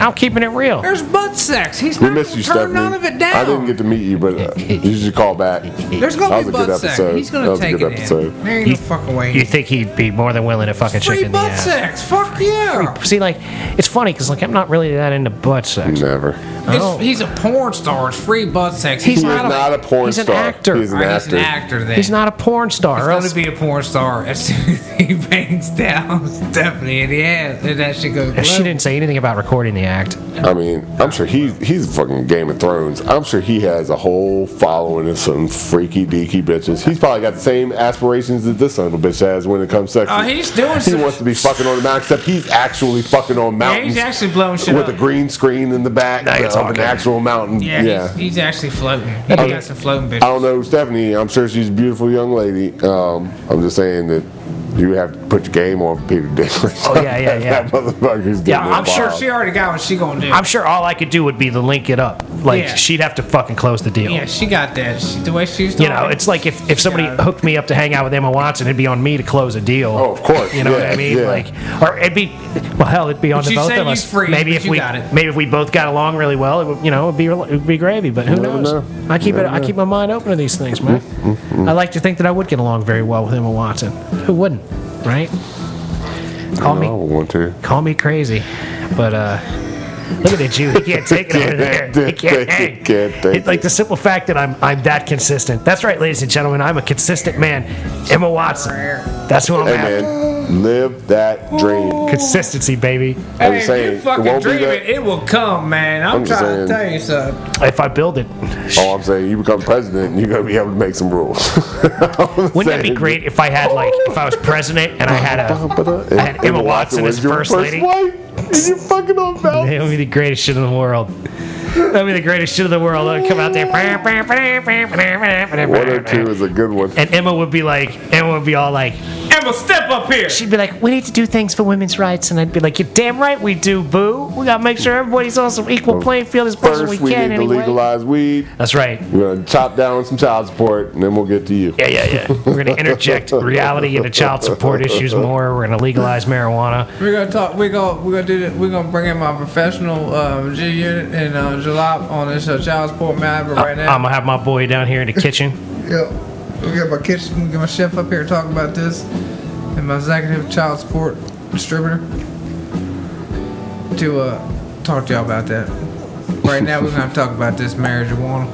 Speaker 1: I'm keeping it real.
Speaker 3: There's butt sex. He's
Speaker 2: We
Speaker 3: not
Speaker 2: missed you,
Speaker 3: gonna turn
Speaker 2: Stephanie.
Speaker 3: none of it down.
Speaker 2: I didn't get to meet you, but uh, you should call back.
Speaker 3: There's
Speaker 2: That
Speaker 3: gonna be
Speaker 2: was a good
Speaker 3: butt sex.
Speaker 2: episode.
Speaker 3: He's
Speaker 2: That
Speaker 3: gonna
Speaker 2: was a
Speaker 3: take
Speaker 2: good
Speaker 3: it
Speaker 2: episode.
Speaker 3: in. There ain't
Speaker 1: You-
Speaker 3: no fucking way.
Speaker 1: You think he'd be more than willing to fucking
Speaker 3: Free
Speaker 1: check in the
Speaker 3: butt
Speaker 1: ass?
Speaker 3: sex. Fuck yeah.
Speaker 1: See, like, it's funny because like I'm not really that into butt sex.
Speaker 2: Never.
Speaker 1: Oh.
Speaker 3: It's, he's a porn star. It's free butt sex.
Speaker 1: He's
Speaker 2: He is
Speaker 1: not a-
Speaker 2: not a porn
Speaker 1: he's an
Speaker 2: star.
Speaker 1: actor.
Speaker 2: He's an
Speaker 3: Alright, he's
Speaker 2: actor.
Speaker 3: an actor. Then
Speaker 1: He's not a porn star.
Speaker 3: He's
Speaker 1: or else
Speaker 3: gonna be a porn star as soon as he bangs down Stephanie in the ass, and that shit goes.
Speaker 1: And she
Speaker 3: global.
Speaker 1: didn't say anything about recording the act.
Speaker 2: I mean, I'm sure he's he's fucking Game of Thrones. I'm sure he has a whole following of some freaky deaky bitches. He's probably got the same aspirations that this son of a bitch has when it comes to sex.
Speaker 3: Oh, he's doing
Speaker 2: He
Speaker 3: some-
Speaker 2: wants to be fucking on the mountain, except he's actually fucking on
Speaker 3: Yeah,
Speaker 2: mountains
Speaker 3: he's actually blowing shit
Speaker 2: with
Speaker 3: up.
Speaker 2: a green screen in the back
Speaker 1: Now you're
Speaker 2: of an
Speaker 1: talking.
Speaker 2: actual mountain.
Speaker 3: yeah,
Speaker 2: Yeah.
Speaker 3: He's, he's actually floating. He
Speaker 2: Okay.
Speaker 3: got some floating
Speaker 2: I
Speaker 3: bitches.
Speaker 2: don't know Stephanie. I'm sure she's a beautiful young lady. Um, I'm just saying that you have to put your game on Peter Dinklage.
Speaker 1: Oh, yeah, yeah, yeah.
Speaker 2: that motherfucker's getting
Speaker 1: Yeah, I'm sure
Speaker 2: involved.
Speaker 3: She already got what she gonna do.
Speaker 1: I'm sure all I could do would be to link it up. Like
Speaker 3: Yeah.
Speaker 1: she'd have to fucking close the deal.
Speaker 3: yeah, she got that. She, the way she was
Speaker 1: You
Speaker 3: talking.
Speaker 1: know, it's like if, if somebody
Speaker 3: Yeah.
Speaker 1: hooked me up to hang out with Emma Watson, it'd be on me to close a deal.
Speaker 2: Oh, of course.
Speaker 1: You know
Speaker 2: Yeah,
Speaker 1: what I mean?
Speaker 2: yeah.
Speaker 1: Like, or it'd be, well, hell, it'd be on
Speaker 3: But
Speaker 1: the
Speaker 3: you
Speaker 1: both
Speaker 3: say
Speaker 1: of
Speaker 3: you
Speaker 1: us.
Speaker 3: free,
Speaker 1: maybe
Speaker 3: but
Speaker 1: if
Speaker 3: you
Speaker 1: we,
Speaker 3: got it.
Speaker 1: maybe if we both got along really well, it would, you know, it'd be it'd be gravy. But who
Speaker 2: never
Speaker 1: knows?
Speaker 2: know.
Speaker 1: I keep
Speaker 2: You
Speaker 1: it.
Speaker 2: never
Speaker 1: I keep my mind open to these things, man. I like to think that I would get along very well with Emma Watson. Who wouldn't? Right? Call
Speaker 2: No, I
Speaker 1: me
Speaker 2: would want to.
Speaker 1: call me crazy, but uh, look at you. He can't take it over there. He can't hang.
Speaker 2: Can't take
Speaker 1: It's like
Speaker 2: it.
Speaker 1: the simple fact that I'm I'm that consistent. That's right, ladies and gentlemen. I'm a consistent man. Emma Watson. That's who I'm
Speaker 2: Hey
Speaker 1: after.
Speaker 2: man, live that dream.
Speaker 1: Consistency, baby.
Speaker 2: I'm
Speaker 3: Hey,
Speaker 2: just
Speaker 3: if
Speaker 2: saying,
Speaker 3: you
Speaker 2: it
Speaker 3: fucking
Speaker 2: won't be
Speaker 3: dream
Speaker 2: that-
Speaker 3: it, it will come, man. I'm,
Speaker 2: I'm just
Speaker 3: trying
Speaker 2: saying.
Speaker 3: to tell you something.
Speaker 1: If I build it,
Speaker 2: Oh, I'm saying you become president, you're gonna be able to make some rules.
Speaker 1: wouldn't that be great if I had like if I was president and I had a I had Emma Watson as first lady?
Speaker 2: Wife? And you're fucking on
Speaker 1: That
Speaker 2: balance.
Speaker 1: would be the greatest shit in the world. That would be the greatest shit in the world. I'd come out there.
Speaker 2: 102 is a good one.
Speaker 1: And Emma would be like, Emma would be all like,
Speaker 3: Emma, step up here.
Speaker 4: She'd be like, we need to do things for women's rights. And I'd be like, you're damn right we do, boo. We got to make sure everybody's on some equal playing field as much as
Speaker 2: First,
Speaker 4: we
Speaker 2: we
Speaker 4: can
Speaker 2: need to
Speaker 4: anyway.
Speaker 2: legalize weed.
Speaker 1: that's right.
Speaker 2: We're gonna chop down some child support, and then we'll get to you.
Speaker 1: Yeah, yeah, yeah. We're going to interject reality into child support issues more. We're going to legalize marijuana.
Speaker 3: We're gonna talk. We're gonna we're gonna do that. We're gonna bring in my professional um, G unit and uh, Jalop on this uh, child support matter right now.
Speaker 1: I'm going to have my boy down here in the kitchen.
Speaker 3: Yep. We got my kitchen, we got my chef up here talking about this, and my executive child support distributor to uh, talk to y'all about that. Right now, we're gonna talk about this marijuana.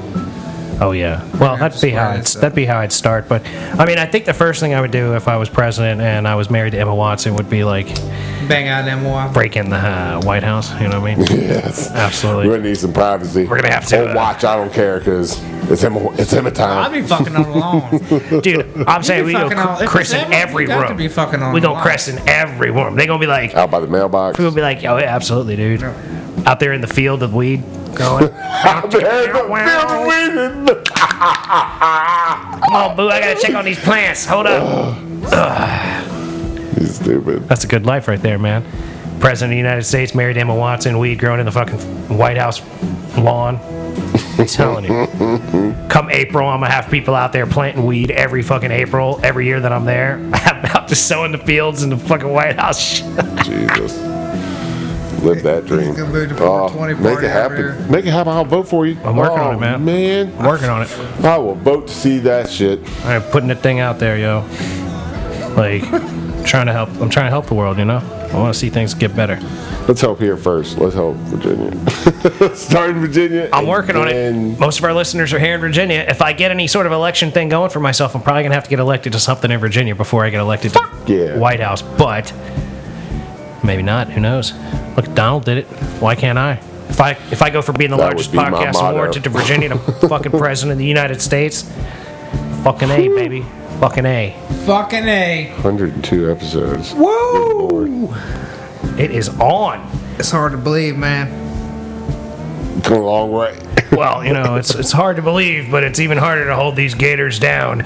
Speaker 1: Oh, yeah. Well, that'd be how I'd, that'd be how I'd start. But I mean, I think the first thing I would do if I was president and I was married to Emma Watson would be like
Speaker 3: Bang out that more.
Speaker 1: break in the uh, White House. You know what I mean?
Speaker 2: Yes.
Speaker 1: Absolutely.
Speaker 2: We're gonna need some privacy.
Speaker 1: We're gonna have to,
Speaker 2: Or
Speaker 1: uh,
Speaker 2: watch. I don't care because it's him. It's him a
Speaker 3: I'll
Speaker 2: time.
Speaker 3: be fucking on the lawn.
Speaker 1: Dude, I'm saying we go
Speaker 3: fucking on-
Speaker 1: cr-
Speaker 3: if
Speaker 1: christen
Speaker 3: it's Emma,
Speaker 1: every
Speaker 3: you got to
Speaker 1: room.
Speaker 3: be fucking on
Speaker 1: We
Speaker 3: the
Speaker 1: go
Speaker 3: line.
Speaker 1: christen every room. They gonna be like,
Speaker 2: Out by the mailbox.
Speaker 1: people be like, oh yeah, absolutely, dude.
Speaker 3: Yeah.
Speaker 1: Out there in the field of weed, growing.
Speaker 2: I'm there, but feel the weed.
Speaker 1: Come on, boo, I gotta check on these plants. Hold up.
Speaker 2: He's stupid.
Speaker 1: That's a good life right there, man. President of the United States married Emma Watson, weed growing in the fucking White House lawn. I'm telling you. Come April, I'm gonna have people out there planting weed every fucking April, every year that I'm there. I'm out just sowing the fields in the fucking White House.
Speaker 2: Jesus. Live that dream.
Speaker 3: He's gonna move to
Speaker 2: Oh,
Speaker 3: 420
Speaker 2: make
Speaker 3: party
Speaker 2: it
Speaker 3: over
Speaker 2: happen.
Speaker 3: here.
Speaker 2: Make it happen. I'll vote for you.
Speaker 1: I'm working on
Speaker 2: Oh,
Speaker 1: it, man.
Speaker 2: Man,
Speaker 1: Working on it.
Speaker 2: I will vote to see that shit.
Speaker 1: I'm putting that thing out there, yo. Like, trying to help. I'm trying to help the world, you know. I want to see things get better.
Speaker 2: Let's help here first. Let's help Virginia. Start in Virginia.
Speaker 1: I'm
Speaker 2: and
Speaker 1: working on it.
Speaker 2: then-
Speaker 1: Most of our listeners are here in Virginia. If I get any sort of election thing going for myself, I'm probably gonna have to get elected to something in Virginia before I get elected to
Speaker 2: yeah.
Speaker 1: White House. But Maybe not. Who knows? Look, Donald did it. Why can't I? If I if I go from being the
Speaker 2: That
Speaker 1: largest
Speaker 2: would be my
Speaker 1: podcast
Speaker 2: motto.
Speaker 1: awarded to Virginia to fucking president of the United States, fucking a baby, fucking a.
Speaker 3: Fucking A.
Speaker 2: 102 episodes.
Speaker 3: Woo!
Speaker 1: It is on.
Speaker 3: It's hard to believe, man.
Speaker 2: Come a long way.
Speaker 1: Well, you know, it's it's hard to believe, but it's even harder to hold these gators down.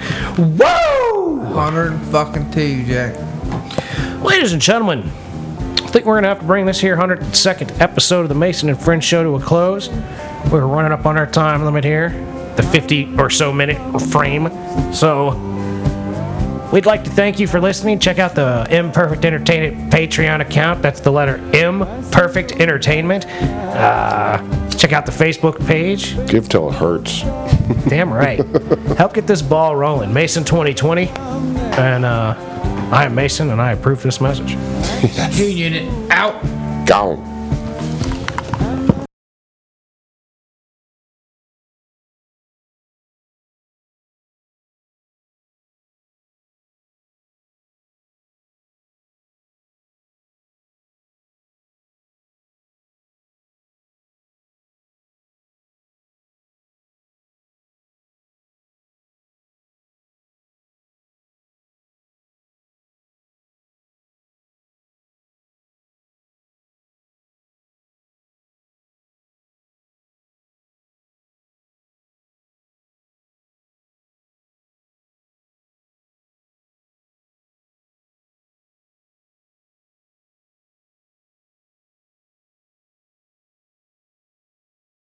Speaker 1: Whoa!
Speaker 3: 100 fucking two, Jack.
Speaker 1: Ladies and gentlemen, I think we're gonna have to bring this here 102nd episode of the Mason and Friends show to a close. We're running up on our time limit here, the 50 or so minute frame. So we'd like to thank you for listening. Check out the Imperfect Entertainment Patreon account. That's the letter M Perfect Entertainment. Uh, check out the Facebook page.
Speaker 2: Give till it hurts.
Speaker 1: Damn right. Help get this ball rolling. Mason 2020. And uh, I am Mason, and I approve this message.
Speaker 3: Junior unit out.
Speaker 2: Gone.